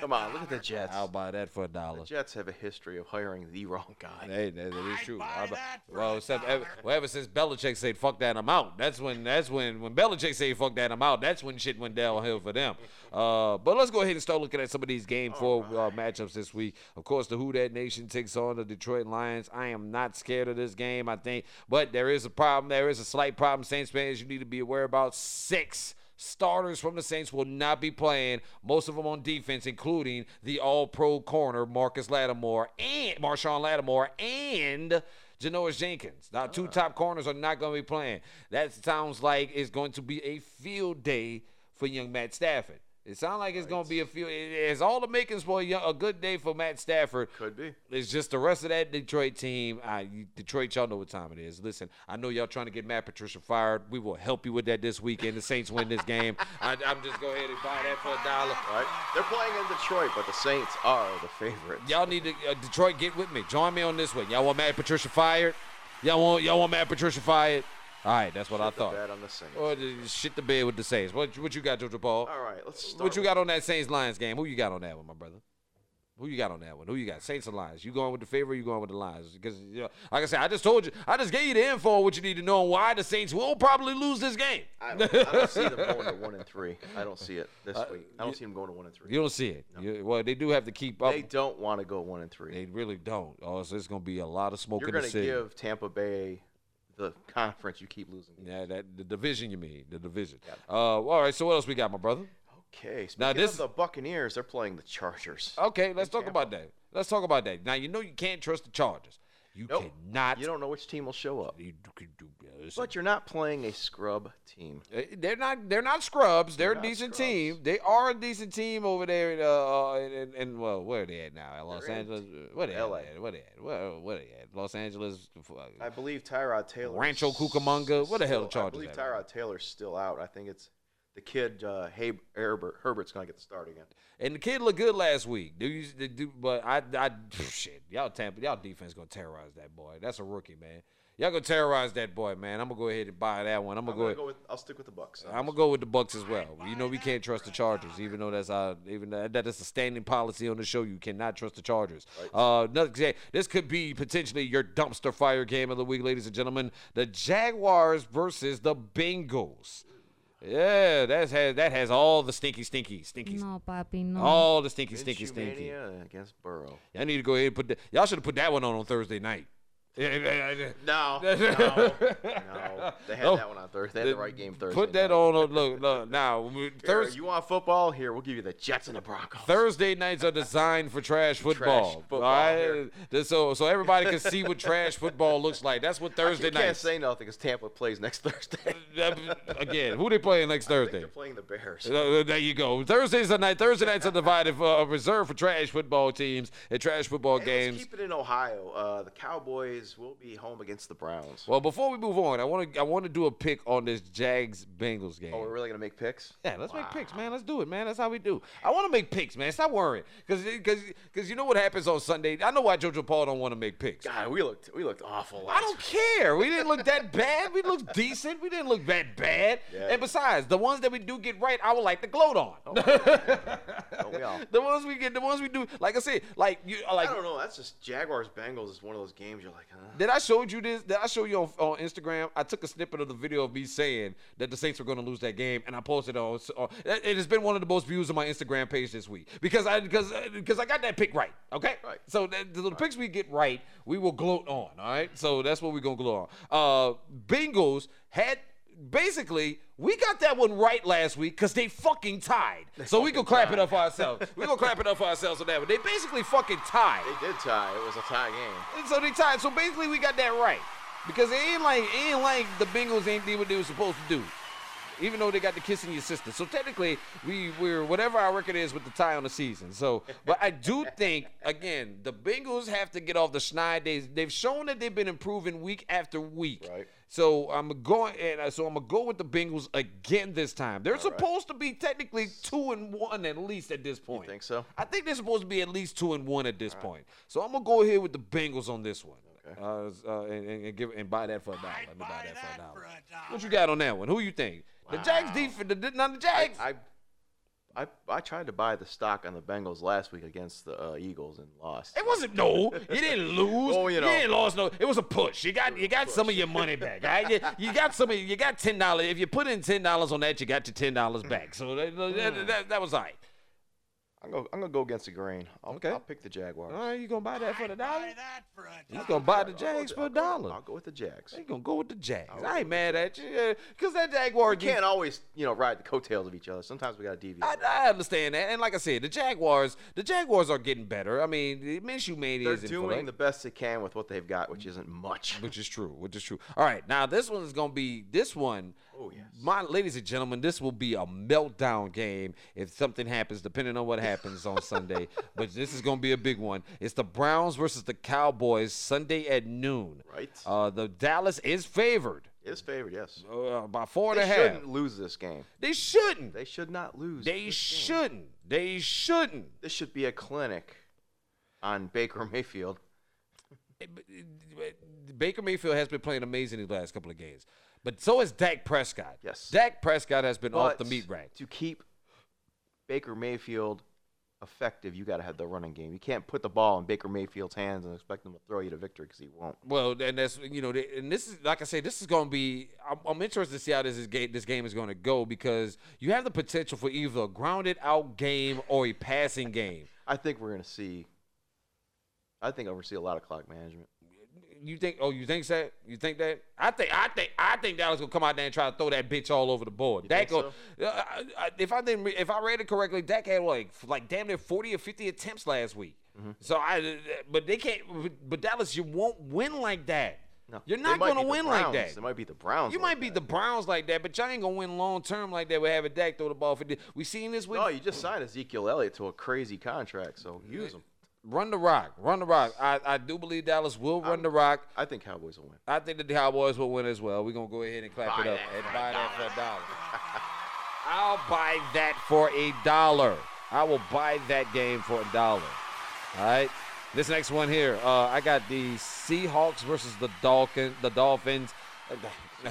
A: Come on, look at the Jets.
B: I'll buy that for a dollar.
A: The Jets have a history of hiring the wrong guy.
B: Hey, that- that is true. I bu- well, except ever, well, ever since Belichick said "fuck that," I'm out. That's when. That's when. When Belichick said "fuck that," I'm out. That's when shit went downhill for them. Uh, but let's go ahead and start looking at some of these game four uh, matchups this week. Of course, the Who That Nation takes on the Detroit Lions. I am not scared of this game. I think, but there is a problem. There is a slight problem. Saints fans, you need to be aware about six. Starters from the Saints will not be playing, most of them on defense, including the all pro corner Marcus Lattimore and Marshawn Lattimore and Janoris Jenkins. Now, two top corners are not going to be playing. That sounds like it's going to be a field day for young Matt Stafford. It sounds like it's going to be a field. It it has all the makings for a, young, a good day for Matt Stafford.
A: Could be.
B: It's just the rest of that Detroit team. I, you- Detroit, y'all know what time it is. Listen, I know y'all trying to get Matt Patricia fired. We will help you with that this weekend. The Saints win this game. I, I'm just go ahead and buy that for a dollar.
A: All right? They're playing in Detroit, but the Saints are the favorites.
B: Y'all need to uh, Detroit get with me. Join me on this one. Y'all want Matt Patricia fired? Y'all want y'all want Matt Patricia fired? All right, that's what I
A: The
B: thought.
A: bet on the Saints.
B: Or the, shit the bed with the Saints. What what you got, Jojo Paul?
A: All right, let's start.
B: What you
A: with-
B: got on that Saints Lions game? Who you got on that one, my brother? Who you got on that one? Who you got? Saints or Lions? You going with the favorite? Or you going with the Lions? Because you know, like I said, I just told you, I just gave you the info on what you need to know on why the Saints will probably lose this game.
A: I don't, I don't see them going to one and three. I don't see it this week. I don't see them going to one and three.
B: Uh, You don't see it. You- well, they do have to keep up.
A: They don't want to go one and three.
B: They really don't. Oh, so it's gonna be a lot of smoke
A: You're
B: in the
A: going to
B: city.
A: give Tampa Bay the conference you keep losing.
B: yeah, that the division you mean the division. Uh, all right. So what else we got, my brother?
A: Okay. Speaking
B: Now this- Oh,
A: of the Buccaneers, they're playing the Chargers.
B: Okay, let's talk about that. Let's talk about that. Now you know you can't trust the Chargers. You
A: Nope.
B: cannot.
A: You don't know which team will show up.
B: you could do- yeah, listen.
A: But you're not playing a scrub team.
B: Uh, They're not. They're not scrubs. They're,
A: They're
B: a
A: not
B: decent
A: scrubs.
B: team. They are a decent team over there. In, uh, uh, in, in, in well, where are they at now? Los
A: They're in
B: Angeles. What they
A: LA.
B: at? What they at? Where, where they at? Los Angeles. fuck.
A: I believe Tyrod Taylor.
B: Rancho Cucamonga? What the hell the
A: still-
B: Chargers
A: I believe
B: at right
A: Tyrod Taylor's still out. I think it's the kid uh, Hab- Herbert. Herbert's gonna get the start again.
B: And the kid looked good last week. Do you? the- Do, but I, I, shit, y'all Tampa, y'all defense gonna terrorize that boy. That's a rookie, man. Y'all gonna terrorize that boy, man. I'm gonna go ahead and buy that one. I'm gonna
A: I'm
B: go.
A: gonna
B: Ahead,
A: go with. I'll stick with the Bucks.
B: I'm gonna go with the Bucks as well. You know we can't trust the Chargers, even though that's our, even though that is a standing policy on the show. You cannot trust the Chargers. Uh, another exa- this could be potentially your dumpster fire game of the week, ladies and gentlemen. The Jaguars versus the Bengals. Yeah, that has that has all the stinky, stinky, stinky,
C: No, papi, no.
B: all the stinky, stinky,
A: Minshew
B: stinky.
A: mania against Burrow.
B: Y'all need to go ahead and put that. Y'all should have put that one on on Thursday night.
A: No, no, no. They had
B: No.
A: that one on Thursday. They had the right game Thursday.
B: Put that
A: night.
B: on. on- Look, look now. we-
A: Here,
B: Thursday.
A: You want football? Here, we'll give you the Jets and the Broncos.
B: Thursday nights are designed for trash football.
A: football,
B: all right? So so everybody can see what trash football looks like. That's what Thursday
A: you can't
B: nights.
A: say nothing because Tampa plays next Thursday.
B: Again, who they playing next Thursday?
A: They're playing the Bears.
B: Uh, there you go. Thursdays are night. Thursday nights are divided for uh, reserved for trash football teams and trash football
A: Hey,
B: games.
A: Let's keep it in Ohio. Uh, the Cowboys will be home against the Browns.
B: Well, before we move on, I want to I want to do a pick on this Jags Bengals game.
A: Oh, we're really gonna make picks?
B: Yeah, let's make picks, man. Let's do it, man. That's how we do. I want to make picks, man. Stop worrying, cause, cause, cause you know what happens on Sunday. I know why JoJo Paul don't want to make picks.
A: God, we looked we looked awful. Last
B: I don't care. We didn't look that bad. We looked decent. We didn't look that bad.
A: Yeah.
B: And besides, the ones that we do get right, I would like to gloat on.
A: don't we all?
B: the ones we get, the ones we do, like I said, like you, like
A: I don't know. That's just Jaguars Bengals is one of those games you're like, huh?
B: Did I show you this? Did I show you on, on Instagram? I took a snippet of the video of me saying that the Saints were going to lose that game, and I posted it on. on- it- it has been one of the most views on my Instagram page this week because I because because I got that pick right. Okay,
A: Right.
B: So that, the, picks we get right, we will gloat on. All right, so that's what we're gonna gloat on. Uh, Bengals had. Basically, we got that one right last week because they fucking tied. so we can clap it up for ourselves. we gonna clap it up for ourselves on that one. They basically fucking tied.
A: They did tie. It was a tie game.
B: And so they tied. So basically, we got that right because it ain't like it ain't like the Bengals ain't did what they were supposed to do, even though they got the kissing your sister. So technically, we we're whatever our record is with the tie on the season. So, but I do think again, the Bengals have to get off the schneid. They they've shown that they've been improving week after week.
A: Right.
B: So I'm going, and I- so I'm gonna go with the Bengals again this time. They're supposed to be technically two and one at least at this point.
A: Think so?
B: I think they're supposed to be at least two and one at this point. So I'm gonna go ahead with the Bengals on this one. Uh, s- uh, and, and- and give and buy that for a dollar. Let me buy that for a dollar. What you got on that one? Who you think? The Jags defense. The, not the
A: I,
B: Jags.
A: I I I tried to buy the stock on the Bengals last week against the uh, Eagles and lost.
B: it wasn't no. You didn't lose.
A: Well, Oh, you know.
B: didn't lose no. It was a push. You got you got some of your money back. all right? you, you got some. Of, you got ten dollars. If you put in ten dollars on that, you got your ten dollars back. So that, that, that, that was all right.
A: I'm gonna I'm gonna go against the grain. I'll,
B: Okay.
A: I'll pick the Jaguars.
B: All right, you gonna buy that for the dollar? You gonna buy the Jags for a dollar?
A: I'll go with the Jags.
B: They gonna go with the Jags. I ain't mad at you, yeah, cause that Jaguar
A: We can't always Oh, you know ride the coattails of each other. Sometimes we gotta deviate.
B: I, I understand that, and like I said, the Jaguars, the Jaguars are getting better. I mean, the Minshew mania
A: They're
B: is in full
A: doing
B: act-
A: the best they can with what they've got, which isn't much.
B: which is true, which is true. All right, now this one is gonna be this one.
A: Oh, yes.
B: my ladies and gentlemen, this will be a meltdown game if something happens, depending on what happens on Sunday. But this is gonna be a big one. It's the Browns versus the Cowboys Sunday at noon.
A: Right.
B: Uh, the Dallas is favored
A: His favorite, yes.
B: uh, by four and
A: They
B: a half.
A: shouldn't lose this game.
B: They shouldn't.
A: They should not lose.
B: They
A: this game.
B: shouldn't. They shouldn't.
A: This should be a clinic on Baker Mayfield.
B: Baker Mayfield has been playing amazing in the last couple of games, but so has Dak Prescott.
A: Yes.
B: Dak Prescott has been off the
A: But
B: meat rack.
A: To keep Baker Mayfield effective, you got to have the running game. You can't put the ball in Baker Mayfield's hands and expect him to throw you to victory because he won't.
B: Well, and that's you know, th- and this is like I say, this is going to be. I'm, I'm interested to see how this is game, this game is going to go because you have the potential for either a grounded out game or a passing game.
A: I think we're gonna see. I think I'm gonna see a lot of clock management.
B: You think? Oh, you think that? You think that? I think. I think. I think Dallas gonna come out there and try to throw that bitch all over the board. Dak
A: think
B: go. Uh, I- I- if I didn't, re- if I read it correctly, Dak had like f- like damn near forty or fifty attempts last week.
A: Mm-hmm.
B: So I, uh, but they can't. but- But Dallas, you won't win like that.
A: No,
B: You're
A: they
B: not
A: might
B: gonna
A: beat the
B: win like
A: Browns.
B: that.
A: They might beat the Browns.
B: You
A: like
B: might beat the
A: that.
B: Browns like that, but y'all ain't gonna win long term like that. We having Dak throw the ball for. Di- we seen this with
A: No, Oh, you just signed Ezekiel Elliott to a crazy contract, so use him.
B: run the rock, run the rock. I, I do believe Dallas will run the rock.
A: I think Cowboys will win.
B: I think the Cowboys will win as well. We're gonna go ahead and clap it up and buy that for a dollar. I'll buy that for a dollar. I will buy that game for a dollar. All right. This next one here, uh, I got the Seahawks versus the Dolphin, the Dolphins.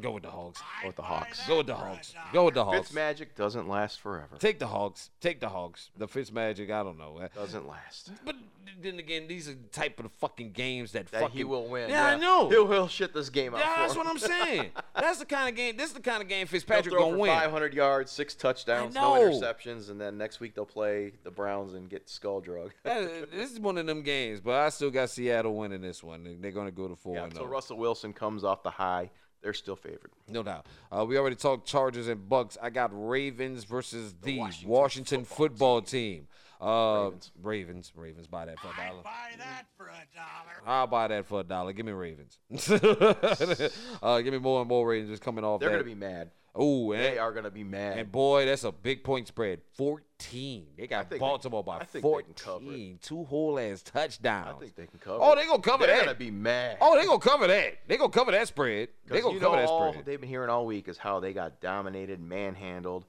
B: go with the Hawks.
A: Or with the Hawks.
B: Go with the Hawks. Go with the Hawks.
A: Fitz magic doesn't last forever.
B: Take the Hawks. Take the Hawks. The Fitzmagic, I don't know.
A: Doesn't last.
B: But then again, these are the type of the fucking games that,
A: That
B: fucking
A: he will win.
B: Yeah, I know.
A: He'll, he'll shit this game out.
B: Yeah,
A: for
B: that's
A: him.
B: what I'm saying. that's the kind of game. This is the kind of game
A: They'll
B: Fitzpatrick
A: throw
B: gonna
A: for
B: win.
A: 500 yards, six touchdowns,
B: I
A: no
B: know.
A: interceptions, and then next week they'll play the Browns and get skull drug.
B: That- this is one of them games, but I still got Seattle winning this one. They- They're gonna go to four
A: yeah,
B: and
A: until
B: zero,
A: Russell Wilson comes off the high, they're still favored.
B: no doubt. Uh, we already talked Chargers and Bucks. I got Ravens versus the, Washington,
A: Washington
B: football, team. Uh, Ravens. Ravens, Ravens, buy that for a dollar.
C: Buy that for a dollar.
B: I'll buy that for a dollar. Give me Ravens. uh, give me more and more Ravens just coming off.
A: They're
B: that.
A: gonna be mad.
B: Oh, and,
A: They are gonna be mad.
B: and boy, that's a big point spread. Fourteen. They
A: I
B: got
A: think they-
B: Baltimore by
A: I think they can cover it.
B: fourteen. Two whole ass touchdowns.
A: I think they can cover.
B: Oh,
A: it.
B: they gonna cover
A: They're
B: that.
A: gonna be mad.
B: oh, they gonna cover that. They gonna cover that spread. They
A: 'Cause
B: gonna
A: you
B: cover
A: know
B: that
A: all
B: spread.
A: They've been hearing all week is how they got dominated, manhandled,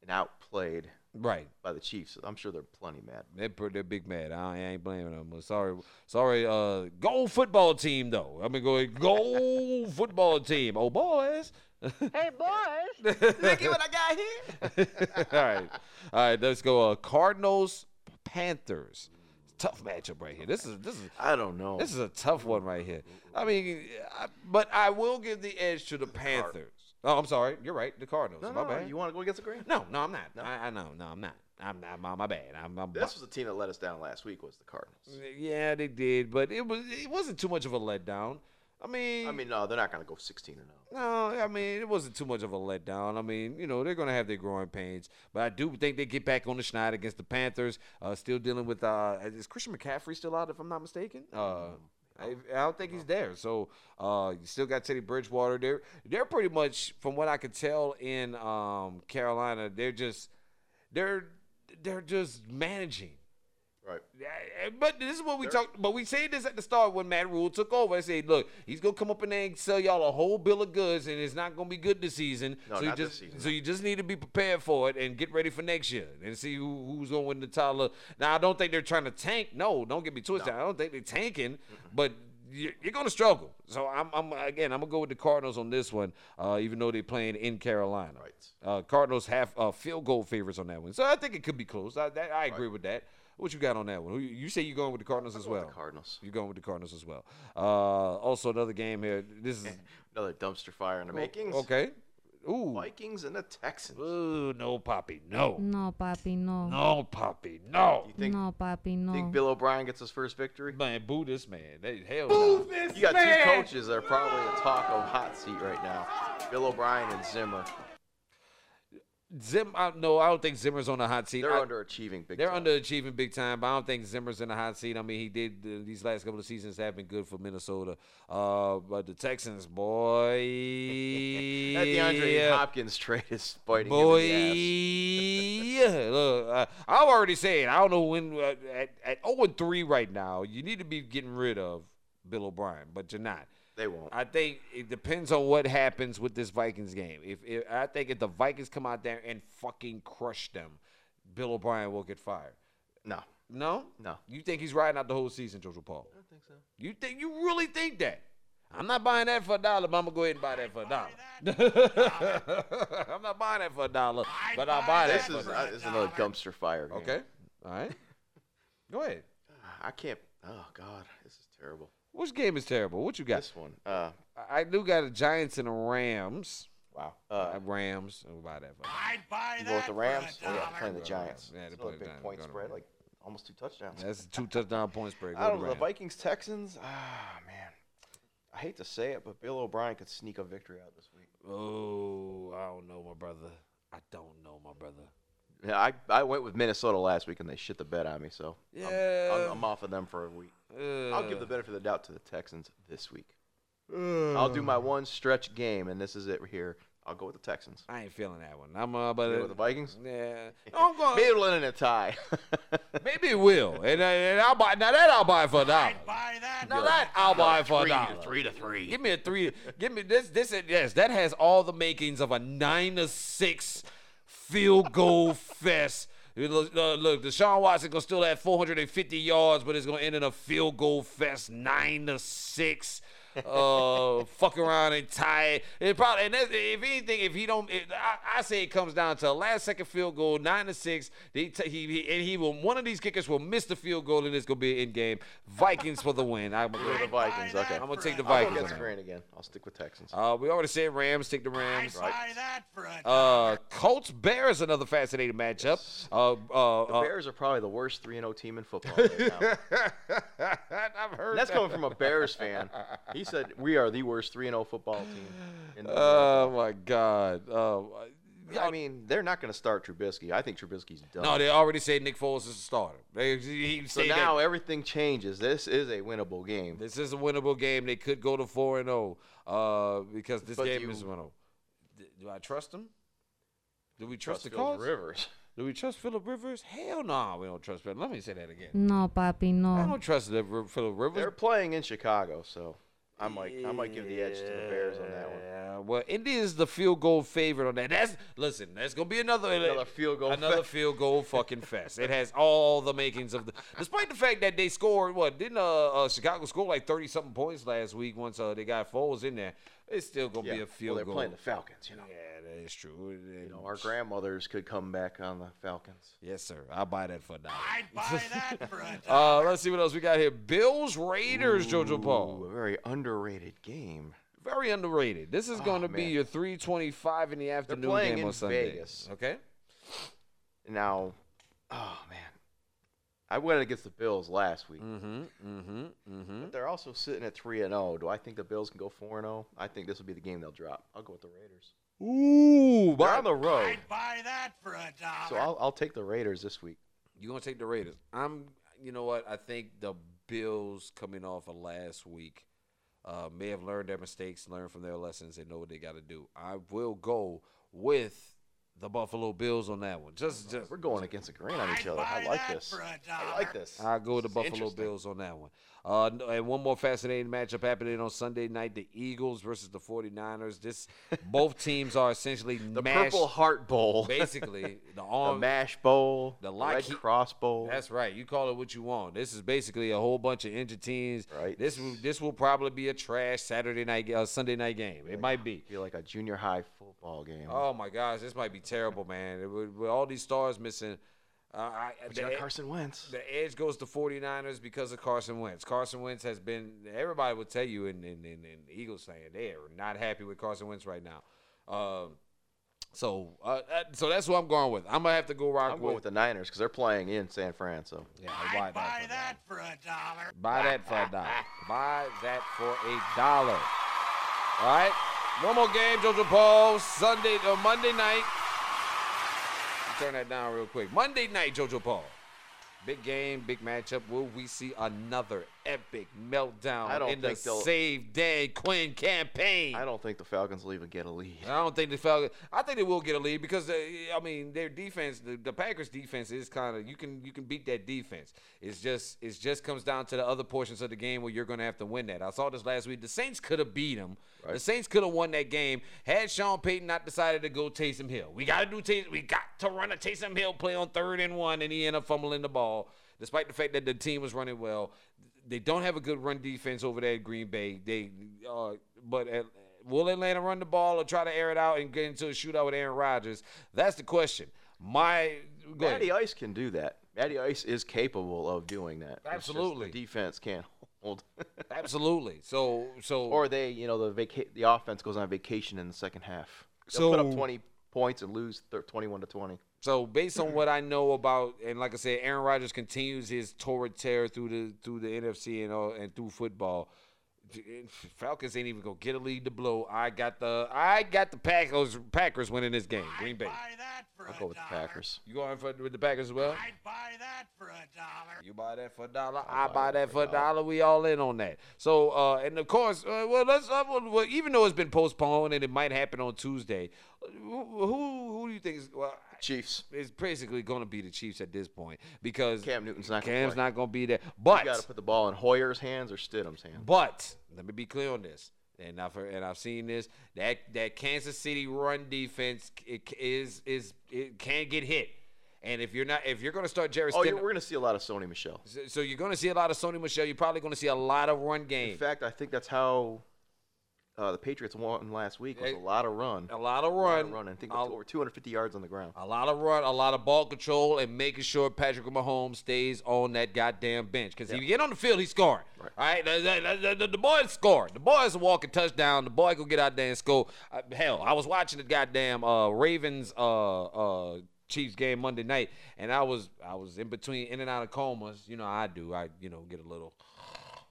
A: and outplayed
B: right.
A: by the Chiefs. I'm sure they're plenty mad.
B: They're, pr- they're big mad. I ain't blaming them. But Sorry, sorry. Uh, go football team though. I'm gonna go go football team. Oh boys.
C: Hey, boys.
A: Look at what I got here.
B: all right, all right. Let's go. Uh, Cardinals, Panthers. Tough matchup right here. This is this is
A: I don't know.
B: this is a tough one right here. I mean, I, but I will give the edge to the Panthers. Oh, I'm sorry. You're right. The Cardinals.
A: no,
B: my
A: no,
B: bad.
A: You want to go against the grain?
B: no, no, I'm not. I, I know. No, I'm not. I'm not. My, my bad. I'm. I'm
A: This was the team that let us down last week. Was the Cardinals?
B: yeah, they did, but it was it wasn't too much of a letdown. I mean,
A: I mean, no, they're not gonna go 16 and oh. 0.
B: No, I mean it wasn't too much of a letdown. I mean, you know they're gonna have their growing pains, but I do think they get back on the schneid against the Panthers. Uh, still dealing with uh, is Christian McCaffrey still out? If I'm not mistaken, uh, I, I don't think he's there. So uh, you still got Teddy Bridgewater. They're they're pretty much, from what I could tell in um, Carolina, they're just they're they're just managing.
A: Right.
B: Yeah, But this is what we talked. But we said this at the start when Matt Rule took over. I said, "Look, he's gonna come up in there and sell y'all a whole bill of goods, and it's not gonna be good this season.
A: No,
B: so you
A: not this
B: just,
A: season.
B: so you just need to be prepared for it and get ready for next year and see who, who's gonna win the title. Now, I don't think they're trying to tank. No, don't get me twisted. I don't think they're tanking, but you're, you're gonna struggle. So I'm, I'm again, I'm gonna go with the Cardinals on this one, uh, even though they're playing in Carolina.
A: Right.
B: Uh, Cardinals have uh, field goal favorites on that one, so I think it could be close. I, that, I agree with that. What you got on that one? Who You you say you're going with the Cardinals as well.
A: The Cardinals.
B: You're going with the Cardinals as well. Uh, also, another game here. This is
A: Another dumpster fire in the makings.
B: Oh, okay. Ooh,
A: Vikings and the Texans.
B: Ooh, no, Poppy, no,
D: No, papi, no.
B: no, Poppy, no.
A: You think
D: no, papi, no.
A: think Bill O'Brien gets his first victory?
B: Man, boo this man. They, hell no.
A: You got two coaches that are probably in the talk of hot seat right now. Bill O'Brien and Zimmer.
B: Zim, I, no, I don't think Zimmer's on the hot seat.
A: They're
B: I-
A: underachieving big
B: They're
A: time.
B: underachieving big time, but I don't think Zimmer's in the hot seat. I mean, he did uh, these last couple of seasons have been good for Minnesota, uh, but the Texans, boy,
A: that DeAndre
B: yeah.
A: Hopkins trade is biting
B: Boy,
A: him in the ass.
B: yeah. Look, uh, I've already said I don't know when uh, at at zero and three right now. You need to be getting rid of Bill O'Brien, but you're not.
A: They won't.
B: I think it depends on what happens with this Vikings game. If, if I think if the Vikings come out there and fucking crush them, Bill O'Brien will get fired.
A: No,
B: No,
A: no.
B: you think he's riding out the whole season, Jojo Paul?
A: I don't think so.
B: You think you really think that? I'm not buying that for a dollar, but I'm gonna go ahead and buy that for a dollar. I'm not buying that for a dollar, but I'll buy that.
A: This
B: For a
A: is,
B: dollar.
A: uh, this is another dumpster fire. game.
B: okay. All right. Go ahead.
A: I can't. Oh God, this is terrible.
B: Which game is terrible? What you got?
A: This one. Uh,
B: I I do got a Giants and a Rams.
A: wow.
B: Uh,
A: Uh,
B: Rams. I'll buy that. For a
C: I'd buy
A: you
C: that
A: going with the
C: for
A: Rams?
C: a
A: Oh, yeah,
C: dollar.
A: playing the
B: Yeah,
A: Giants.
B: yeah, they
A: It's
B: play
A: another
B: the
A: big
B: Giants.
A: point
B: Go to
A: spread,
B: Rams.
A: like almost two touchdowns.
B: That's a two touchdown point spread. Go
A: I
B: to
A: don't know. The
B: Rams.
A: Vikings Texans. Ah man, I hate to say it, but Bill O'Brien could sneak a victory out this week.
B: Oh, I don't know, my brother. I don't know, my brother.
A: Yeah, I, I went with Minnesota last week and they shit the bet on me, so I'm- I'm,
B: Yeah.
A: I'm, off of them for a week. I'll give the benefit of the doubt to the Texans this week.
B: the.
A: I'll do my one stretch game, and this is it here. I'll go with the Texans.
B: I ain't feeling that one. I'm uh,
A: You
B: but
A: go with the Vikings.
B: yeah. No, I'm going.
A: Maybe
B: maybe,
A: it'll end in a tie.
B: it will, and, uh, and I'll buy. Now that I'll buy for a dollar.
C: I'd buy that.
B: Now that I'll buy for a
A: Three to-
B: dollar.
A: Three to three.
B: Give me a three. Give me this. This is- yes. That has all the makings of a nine to six field goal fest. Look, look, look, Deshaun Watson gonna still have 450 yards, but it's gonna end in a field goal fest, nine to six. Uh, fuck around and tie it. It probably and that's, if anything, if he don't, it, I, I say it comes down to a last second field goal, nine to six. They t- he, he and he will one of these kickers will miss the field goal, and it's gonna be an end game. Vikings for the win. I'm gonna
A: Go
B: go
A: with the
B: to-
A: Vikings. Okay.
B: I'm gonna take the
A: I'll
B: Vikings.
A: go
B: on
A: against
B: that.
A: Grant again. I'll stick with Texans.
B: Uh, we already said Rams take the
C: I'd
B: Rams.
C: buy that for
A: Oh.
C: a dollar.
B: Uh, Colts Bears another fascinating matchup. Uh, uh,
A: the
B: uh,
A: Bears are probably the worst three and O team in football right now.
B: I've heard
A: And that's
B: that.
A: coming from a Bears fan. He said we are the worst three and O football team. In the
B: Oh my God. Oh, uh,
A: I mean, they're not going to start Trubisky. I think Trubisky's done.
B: no, they already said Nick Foles is a starter. They, he
A: so
B: said that
A: now everything changes. This is a winnable game.
B: this is a winnable game. They could go to four and zero uh, because this
A: But
B: game
A: you-
B: is one zero. Do I trust them? Do we trust the
A: Philip
B: Colts?
A: Rivers.
B: Do we trust Philip Rivers? Hell no, we don't trust Philip. Let me say that again.
D: No, papi,
B: I
D: no.
B: don't trust the Ri- Philip Rivers.
A: They're playing in Chicago, so I might I might give the edge to the Bears on that one.
B: Yeah, well, Indy is the field goal favorite on that. That's listen. That's gonna be another
A: Another field goal
B: another
A: fest.
B: field goal fucking fest. It has all the makings of the. Despite the fact that they scored, what didn't uh, uh Chicago score like thirty something points last week? Once uh, they got Foles in there, it's still gonna
A: Yeah.
B: be a
A: well,
B: field
A: they're
B: goal.
A: playing the Falcons, you know.
B: yeah, that is true.
A: You know, our grandmothers could come back on the Falcons.
B: yes, sir. I'll buy that for now.
C: I'd buy that for a dollar.
B: Uh, let's see what else we got here. Bills Raiders, Jojo Paul.
A: Ooh, a very underrated game.
B: Very underrated. This is going to be
A: Ah, man.
B: your 325 in the afternoon
A: playing
B: game
A: in
B: on Sunday.
A: Vegas.
B: Okay.
A: Now, oh man, I went against the Bills last week.
B: Mm-hmm. Mm-hmm. Mm-hmm.
A: They're also sitting at three and zero. Do I think the Bills can go four and zero? I think this will be the game they'll drop. I'll go with the Raiders.
B: Ooh,
A: They're on the road,
C: I'd buy that for a dollar.
A: Oh. so I'll, I'll take the Raiders this week.
B: you gonna take the Raiders? I'm. You know what? I think the Bills coming off of last week uh, may have learned their mistakes, learned from their lessons, and know what they got to do. I will go with the Buffalo Bills on that one. Just, just
A: We're going against the grain on
C: I'd
A: each other.
C: buy
A: I like
C: that
A: this.
C: for a
A: I
C: dollar.
A: like this.
B: I'll go with the
A: This is
B: Buffalo
A: interesting.
B: Bills on that one. Uh, n- and one more fascinating matchup happening on Sunday night: the Eagles versus the 49ers. This, both teams are essentially
A: The
B: mashed.
A: Purple Heart Bowl,
B: basically, the
A: the
B: arm.
A: Mash Bowl,
B: the
A: the
B: Lockheed-
A: Red Cross Bowl.
B: That's right. You call it what you want. This is basically a whole bunch of injured teams.
A: Right.
B: This will this will probably be a trash Saturday night, ga- uh, Sunday night game. It might be.
A: be like a junior high football game.
B: Oh my gosh, this might be terrible, man. It would- with all these stars missing, uh, I,
A: But you got
B: the,
A: Carson Wentz.
B: the edge goes to 49ers because of Carson Wentz. Carson Wentz has been. Everybody will tell you in in in, in Eagles saying they are not happy with Carson Wentz right now. Um, so uh, uh, so that's what I'm going with. I'm gonna have to go rock
A: I'm going with the Niners because they're playing in San Fran. So
B: yeah, why
C: I'd
B: not
C: buy
B: for
C: that for a dollar.
B: Buy that for a dollar. Buy that for a dollar. All right. One more game, Jojo Paul. Sunday or Monday night. Turn that down real quick. Monday night, Jojo Paul. Big game, big matchup. Will we see another epic meltdown
A: I don't
B: in the
A: think they'll-
B: Save Dan Quinn campaign?
A: I don't think the Falcons will even get a lead.
B: I don't think the Falcons. I think they will get a lead because they, I mean their defense, the, the Packers' defense is kind of you can you can beat that defense. It's just it's just comes down to the other portions of the game where you're going to have to win that. I saw this last week. The Saints could have beat them. The Saints could have won that game had Sean Payton not decided to go Taysom Hill. We got to do Tays. We got to run a Taysom Hill play on third and one, and he ended up fumbling the ball despite the fact that the team was running well. They don't have a good run defense over there at Green Bay. They, uh, but at, will Atlanta run the ball or try to air it out and get into a shootout with Aaron Rodgers? That's the question. My go ahead.
A: Matty Ice can do that. Matty Ice is capable of doing that. It's just the
B: Absolutely.
A: defense can't hold.
B: absolutely. So so
A: or they, you know, the vaca- the offense goes on vacation in the second half. They'll put
B: So-
A: up 20 points and lose thir- 21 to 20.
B: So based on what I know about, and like I said, Aaron Rodgers continues his torrid tear through the through the NFC and all, and through football. Falcons ain't even gonna get a lead to blow. I got the I got the Packers Packers winning this game. Green Bay.
C: Buy that for
A: I'll
C: a
A: go with the
C: dollar.
A: Packers.
B: You going for with the Packers as well?
C: I'd buy that for a dollar.
B: You buy that for a dollar. I buy that for a dollar. We all in on that. So, uh, and of course, uh, well, let's uh, well, well, even though it's been postponed and it might happen on Tuesday, who who, who do you think is well?
A: Chiefs.
B: It's basically going to be the Chiefs at this point because
A: Cam Newton's not gonna
B: Cam's
A: play.
B: not going to be there.
A: You got
B: But
A: to put the ball in Hoyer's hands or Stidham's hands.
B: but let me be clear on this, and I've heard, and I've seen this that that Kansas City run defense it c- is is it can get hit, and if you're not if you're going to start Jerry
A: Oh,
B: Stidham,
A: you're, we're going to see a lot of Sony Michelle.
B: so- so you're going to see a lot of Sony Michelle. You're probably going to see a lot of run
A: In
B: game,
A: fact, I think that's how uh, the Patriots won last week. was
B: Hey,
A: a lot of run.
B: a lot of
A: A lot
B: run,
A: of run. I think it
B: a-
A: was over 250 yards on the ground.
B: A lot of run, a lot of ball control, and making sure Patrick Mahomes stays on that goddamn bench. Because if you get on the field, he's scoring.
A: Right.
B: All right, the, the, the, the boy score. The boy is a walking touchdown. The boy go get out there and score. Uh, hell, I was watching the goddamn uh, Ravens uh, uh, Chiefs game Monday night, and I was I was in between in and out of comas. You know I do. I you know get a little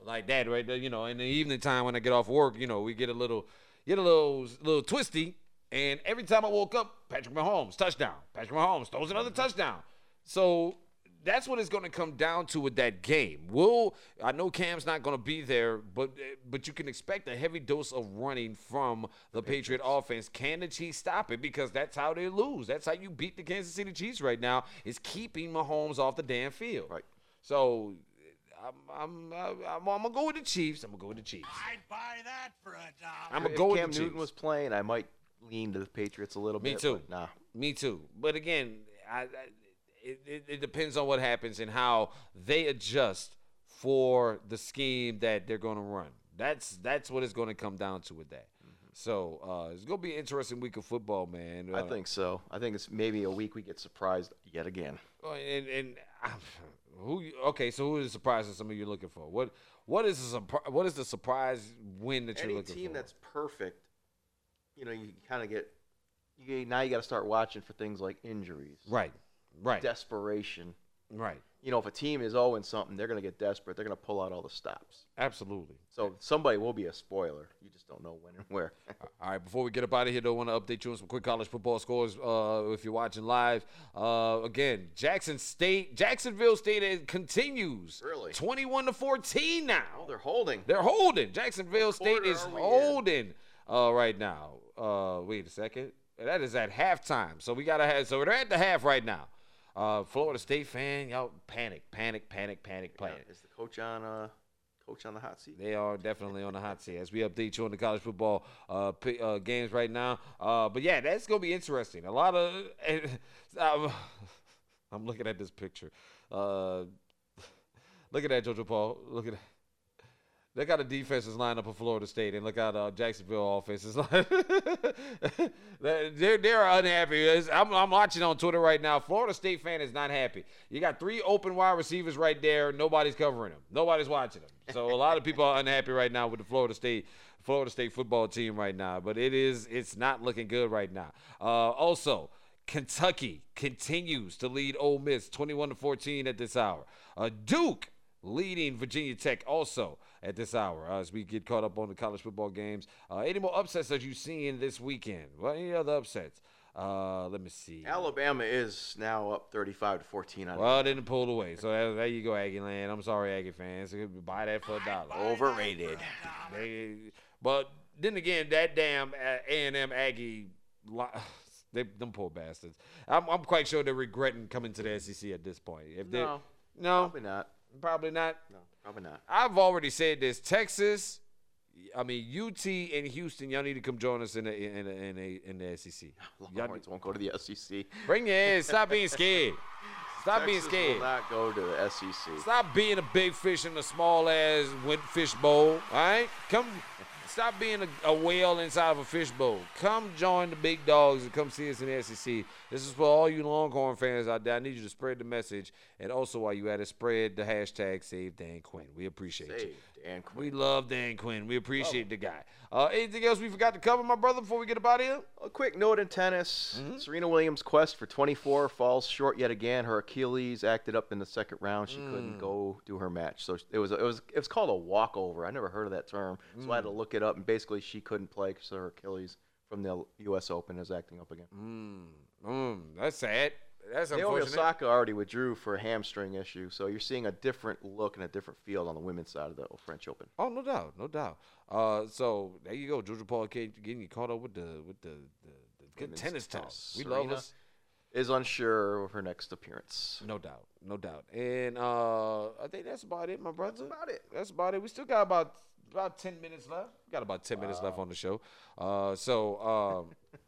B: like that right there, you know in the evening time when i get off work you know we get a little get a little little twisty and every time i woke up patrick mahomes touchdown patrick mahomes throws another touchdown so that's what it's going to come down to with that game will i know cam's not going to be there but eh, but you can expect a heavy dose of running from the patriot offense can the chiefs stop it because that's how they lose that's how you beat the kansas city chiefs right now is keeping mahomes off the damn field
A: Right.
B: so I'm I'm I'm, I'm gonna go with the Chiefs. I'm gonna go with the Chiefs.
C: I'd buy that for a dollar.
B: I'm gonna
A: if
B: go
A: Cam
B: with the
A: Newton
B: Chiefs.
A: was playing, I might lean to the Patriots a little
B: Me
A: bit.
B: too.
A: but Nah.
B: Me too. But again, I, I it, it, it depends on what happens and how they adjust for the scheme that they're gonna run. That's that's what it's gonna come down to with that. So uh, it's gonna be an interesting week of football, man.
A: I
B: Uh,
A: think so. I think it's maybe a week we get surprised yet again.
B: Oh, and and i who? you- Okay, so who is the surprise that some of you are looking for? What what is the surpri- What is the surprise win that you're
A: Any
B: looking
A: team
B: for?
A: that's perfect, you know, you kind of get. You, now you got to start watching for things like injuries,
B: right, right,
A: desperation.
B: right.
A: You know, if a team is owing something, they're going to get desperate. They're going to pull out all the stops.
B: Absolutely.
A: So somebody will be a spoiler. You just don't know when and where.
B: All right, before we get up out of here, though, I want to update you on some quick college football scores uh, if you're watching live. Uh, again, Jackson State, Jacksonville State is- continues.
A: Really?
B: 21 to 14 now.
A: oh, they're holding.
B: They're holding. Jacksonville State
A: quarter
B: is
A: are we in?
B: holding uh, right now. Uh, wait a second. That is at halftime. So we gotta have. So they're at the half right now. Uh, Florida State fan, y'all panic, panic, panic, panic,
A: Yeah,
B: panic.
A: Is the coach on? Uh, coach on the hot seat.
B: They are definitely on the hot seat as we update you on the college football uh, pi- uh, games right now. Uh, but yeah, that's gonna be interesting. A lot of I'm, I'm looking at this picture. Uh, look at that, JoJo Paul. Look at that. Look how the defenses line up for Florida State, and look how the Jacksonville offenses line. they're they're unhappy. It's- I'm, I'm watching on Twitter right now. Florida State fan is not happy. You got three open wide receivers right there. Nobody's covering them. Nobody's watching them. So a lot of people are unhappy right now with the Florida State Florida State football team right now. But it is it's not looking good right now. Uh, also. Kentucky continues to lead Ole Miss 21 to 14 at this hour. Uh, Duke leading Virginia Tech also at this hour uh, as we get caught up on the college football games. Uh, any more upsets that you seeing this weekend? Well, any other upsets? Uh, let me see.
A: Alabama is now up 35 to 14 on
B: Well, didn't pull away. So there, there you go, Aggie Land. I'm sorry, Aggie fans. Buy that for a dollar.
A: overrated.
B: They, but then again, that damn A and M Aggie, li- they them poor bastards. I'm, I'm quite sure they're regretting coming to the SEC at this point. If they,
A: No.
B: no,
A: Probably not.
B: probably not.
A: No, probably not.
B: I've already said this. Texas, I mean UT and Houston, y'all need to come join us in the in the, E in, the, in the SEC. Y'all
A: Longhorns won't go to the E SEC.
B: Bring your ass. Stop being scared. Stop being
A: Texas
B: scared.
A: will not go to the E SEC.
B: Stop being a big fish in a small ass wet fish bowl. All right, come. Stop being a, a whale inside of a fishbowl. Come join the big dogs and come see us in the SEC. This is for all you Longhorn fans out there. I need you to spread the message. And also, while you at it, spread the hashtag Save Dan Quinn. We appreciate you.
A: Hey, Dan Quinn.
B: We love Dan Quinn. We appreciate the guy. Uh, anything else we forgot to cover, my brother, before we get up out of here?
A: A quick note in tennis
B: Mm-hmm.
A: Serena Williams' quest for 24 falls short yet again. Her Achilles acted up in the second round. She
B: Mm.
A: couldn't go do her match. So it was, it was it was called a walkover. I never heard of that term. So I
B: Mm.
A: had to look it up. And basically, she couldn't play because her Achilles from the U.S. Open is acting up again.
B: Mm, that's sad. That's
A: Naomi
B: unfortunate.
A: Osaka already withdrew for a hamstring issue. So you're seeing a different look and a different field on the women's side of the French Open.
B: Oh, no doubt, no doubt. Uh, so there you go, Georgia Paul K getting you caught up with the with the the, the good
A: Women's
B: tennis talk.
A: tennis.
B: We love
A: Serena.
B: us,
A: Is unsure of her next appearance.
B: no doubt, no doubt. And uh, I think that's about it, my brother. That's
A: about it.
B: That's about it. We still got about about ten minutes left. We got about ten minutes left on the show. Uh, so. Um,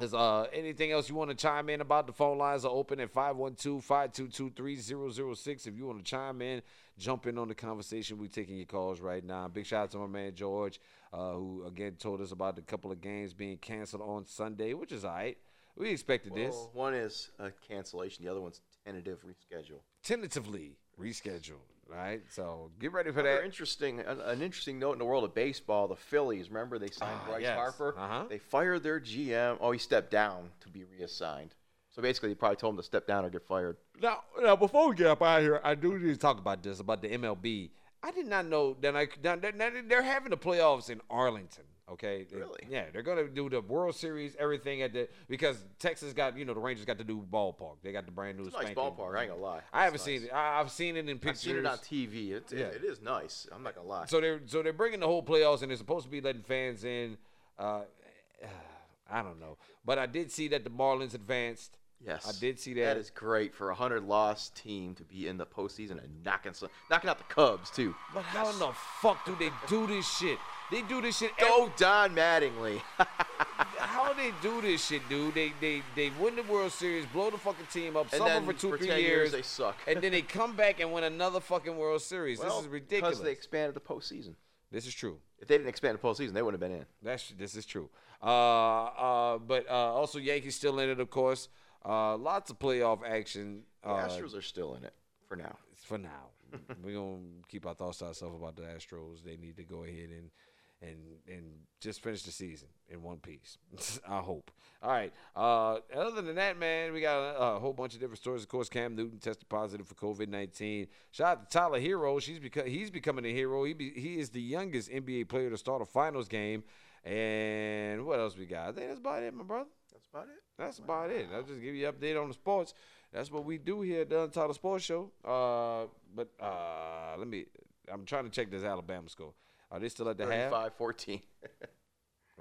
B: Is uh anything else you want to chime in about? The phone lines are open at 512-522-3006. If you want to chime in, jump in on the conversation. We're taking your calls right now. Big shout out to my man George, uh, who again told us about the couple of games being canceled on Sunday, which is all right. We expected this.
A: Well, one is a cancellation. The other one's tentative reschedule.
B: Tentatively rescheduled. Right? So get ready for
A: Another
B: that.
A: interesting, an, an interesting note in the world of baseball. The Phillies, remember they signed
B: Ah,
A: Bryce
B: yes.
A: Harper.
B: Uh-huh.
A: They fired their GM. Oh, he stepped down to be reassigned. So basically, they probably told him to step down or get fired.
B: Now, now, before we get up out of here, I do need to talk about this about the MLB. I did not know that I now, now, now they're having the playoffs in Arlington. Okay, They-
A: Really?
B: Yeah, they're gonna do the World Series, everything at the because Texas got you know the Rangers got the new ballpark. They got the brand new
A: It's a nice
B: spanking-
A: ballpark. I ain't gonna lie.
B: I haven't
A: It's
B: seen
A: nice.
B: it. I, I've seen it in
A: I've
B: pictures.
A: seen it on TV. It, it-
B: Yeah.
A: it is nice. I'm not gonna lie.
B: So they're so they're bringing the whole playoffs, and they're supposed to be letting fans in. Uh, I don't know, but I did see that the Marlins advanced.
A: yes,
B: I did see that.
A: That is great for a hundred loss team to be in the postseason and knocking some, knocking out the Cubs too.
B: But how in the fuck do they do this shit? They do this shit. every-
A: Go Don Mattingly.
B: how they do this shit, dude? They they they win the World Series, blow the fucking team up,
A: And
B: suffer
A: then
B: for two
A: for
B: three
A: 10
B: years,
A: years, they suck.
B: and then they come back and win another fucking World Series. this is ridiculous.
A: Because they expanded the postseason.
B: this is true.
A: If they didn't expand the postseason, they wouldn't have been in.
B: That's this is true. Uh, uh, but uh, also Yankees still in it, of course. Uh, lots of playoff action.
A: The
B: Uh,
A: Astros are still in it for now.
B: for now. We're gonna keep our thoughts to ourselves about the Astros. They need to go ahead and and and just finish the season in one piece. I hope. All right. Uh, other than that, man, we got a, a whole bunch of different stories. Of course, Cam Newton tested positive for COVID nineteen. Shout out to Tyler Hero. She's become he's becoming a hero. He be, he is the youngest NBA player to start a Finals game. And what else we got? I think that's about it, my brother.
A: That's about it.
B: That's about it. I'll just give you an update on the sports. That's what we do here at the Untitled Sports Show. Uh, but uh, let me. I'm trying to check this Alabama score. Are they still at the half?
A: 35 14.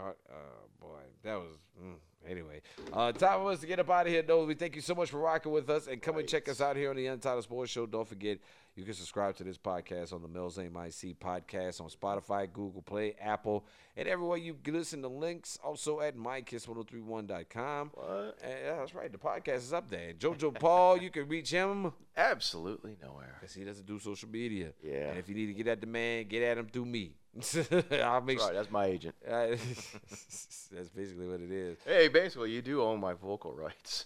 B: All right, oh boy, that was mm, anyway. Uh, time for us to get up out of here, though. We thank you so much for rocking with us, and come and check us out here on the Untitled Sports Show. Don't forget, you can subscribe to this podcast on the Mills MIC podcast on Spotify, Google Play, Apple, and everywhere you can listen to links. Also at mykiss1031.com.
A: What?
B: And, Eh, yeah, that's right. The podcast is up there. JoJo Paul, you can reach him
A: Absolutely nowhere.
B: because he doesn't do social media.
A: Yeah.
B: and if you need to get at the man, get at him through me. I'll make
A: That's right.
B: sure.
A: That's my agent.
B: Uh, that's basically what it is.
A: Hey, basically, you do own my vocal rights.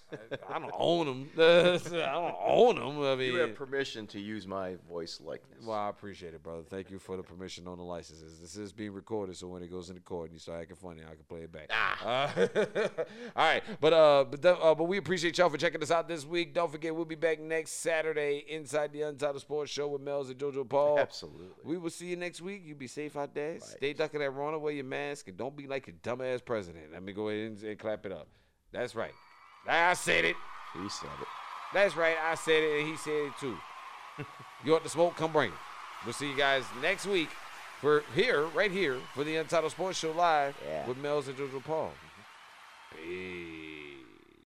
B: I don't own them. I don't own them. I
A: you have
B: mean,
A: permission to use my voice likeness.
B: well, I appreciate it, brother. Thank you for the permission on the licenses. This is being recorded, so when it goes into court and you start acting funny, I can play it back. Uh, all right, but uh, but the, uh, but we appreciate y'all for checking us out this week. Don't forget, we'll be back next Saturday inside the Untitled Sports Show with Mel's and JoJo Paul.
A: Absolutely.
B: We will see you next week. You be safe out there. Stay ducking that Rona. Wear your mask and don't be like your dumbass president. Let me go ahead and, and clap it up. That's right. I said it.
A: He said it.
B: That's right. I said it, and he said it too. you want the smoke? Come bring it. We'll see you guys next week. For here, right here, for the Untitled Sports Show live
A: Yeah.
B: with Mel's and Jojo Paul. Mm-hmm. Peace.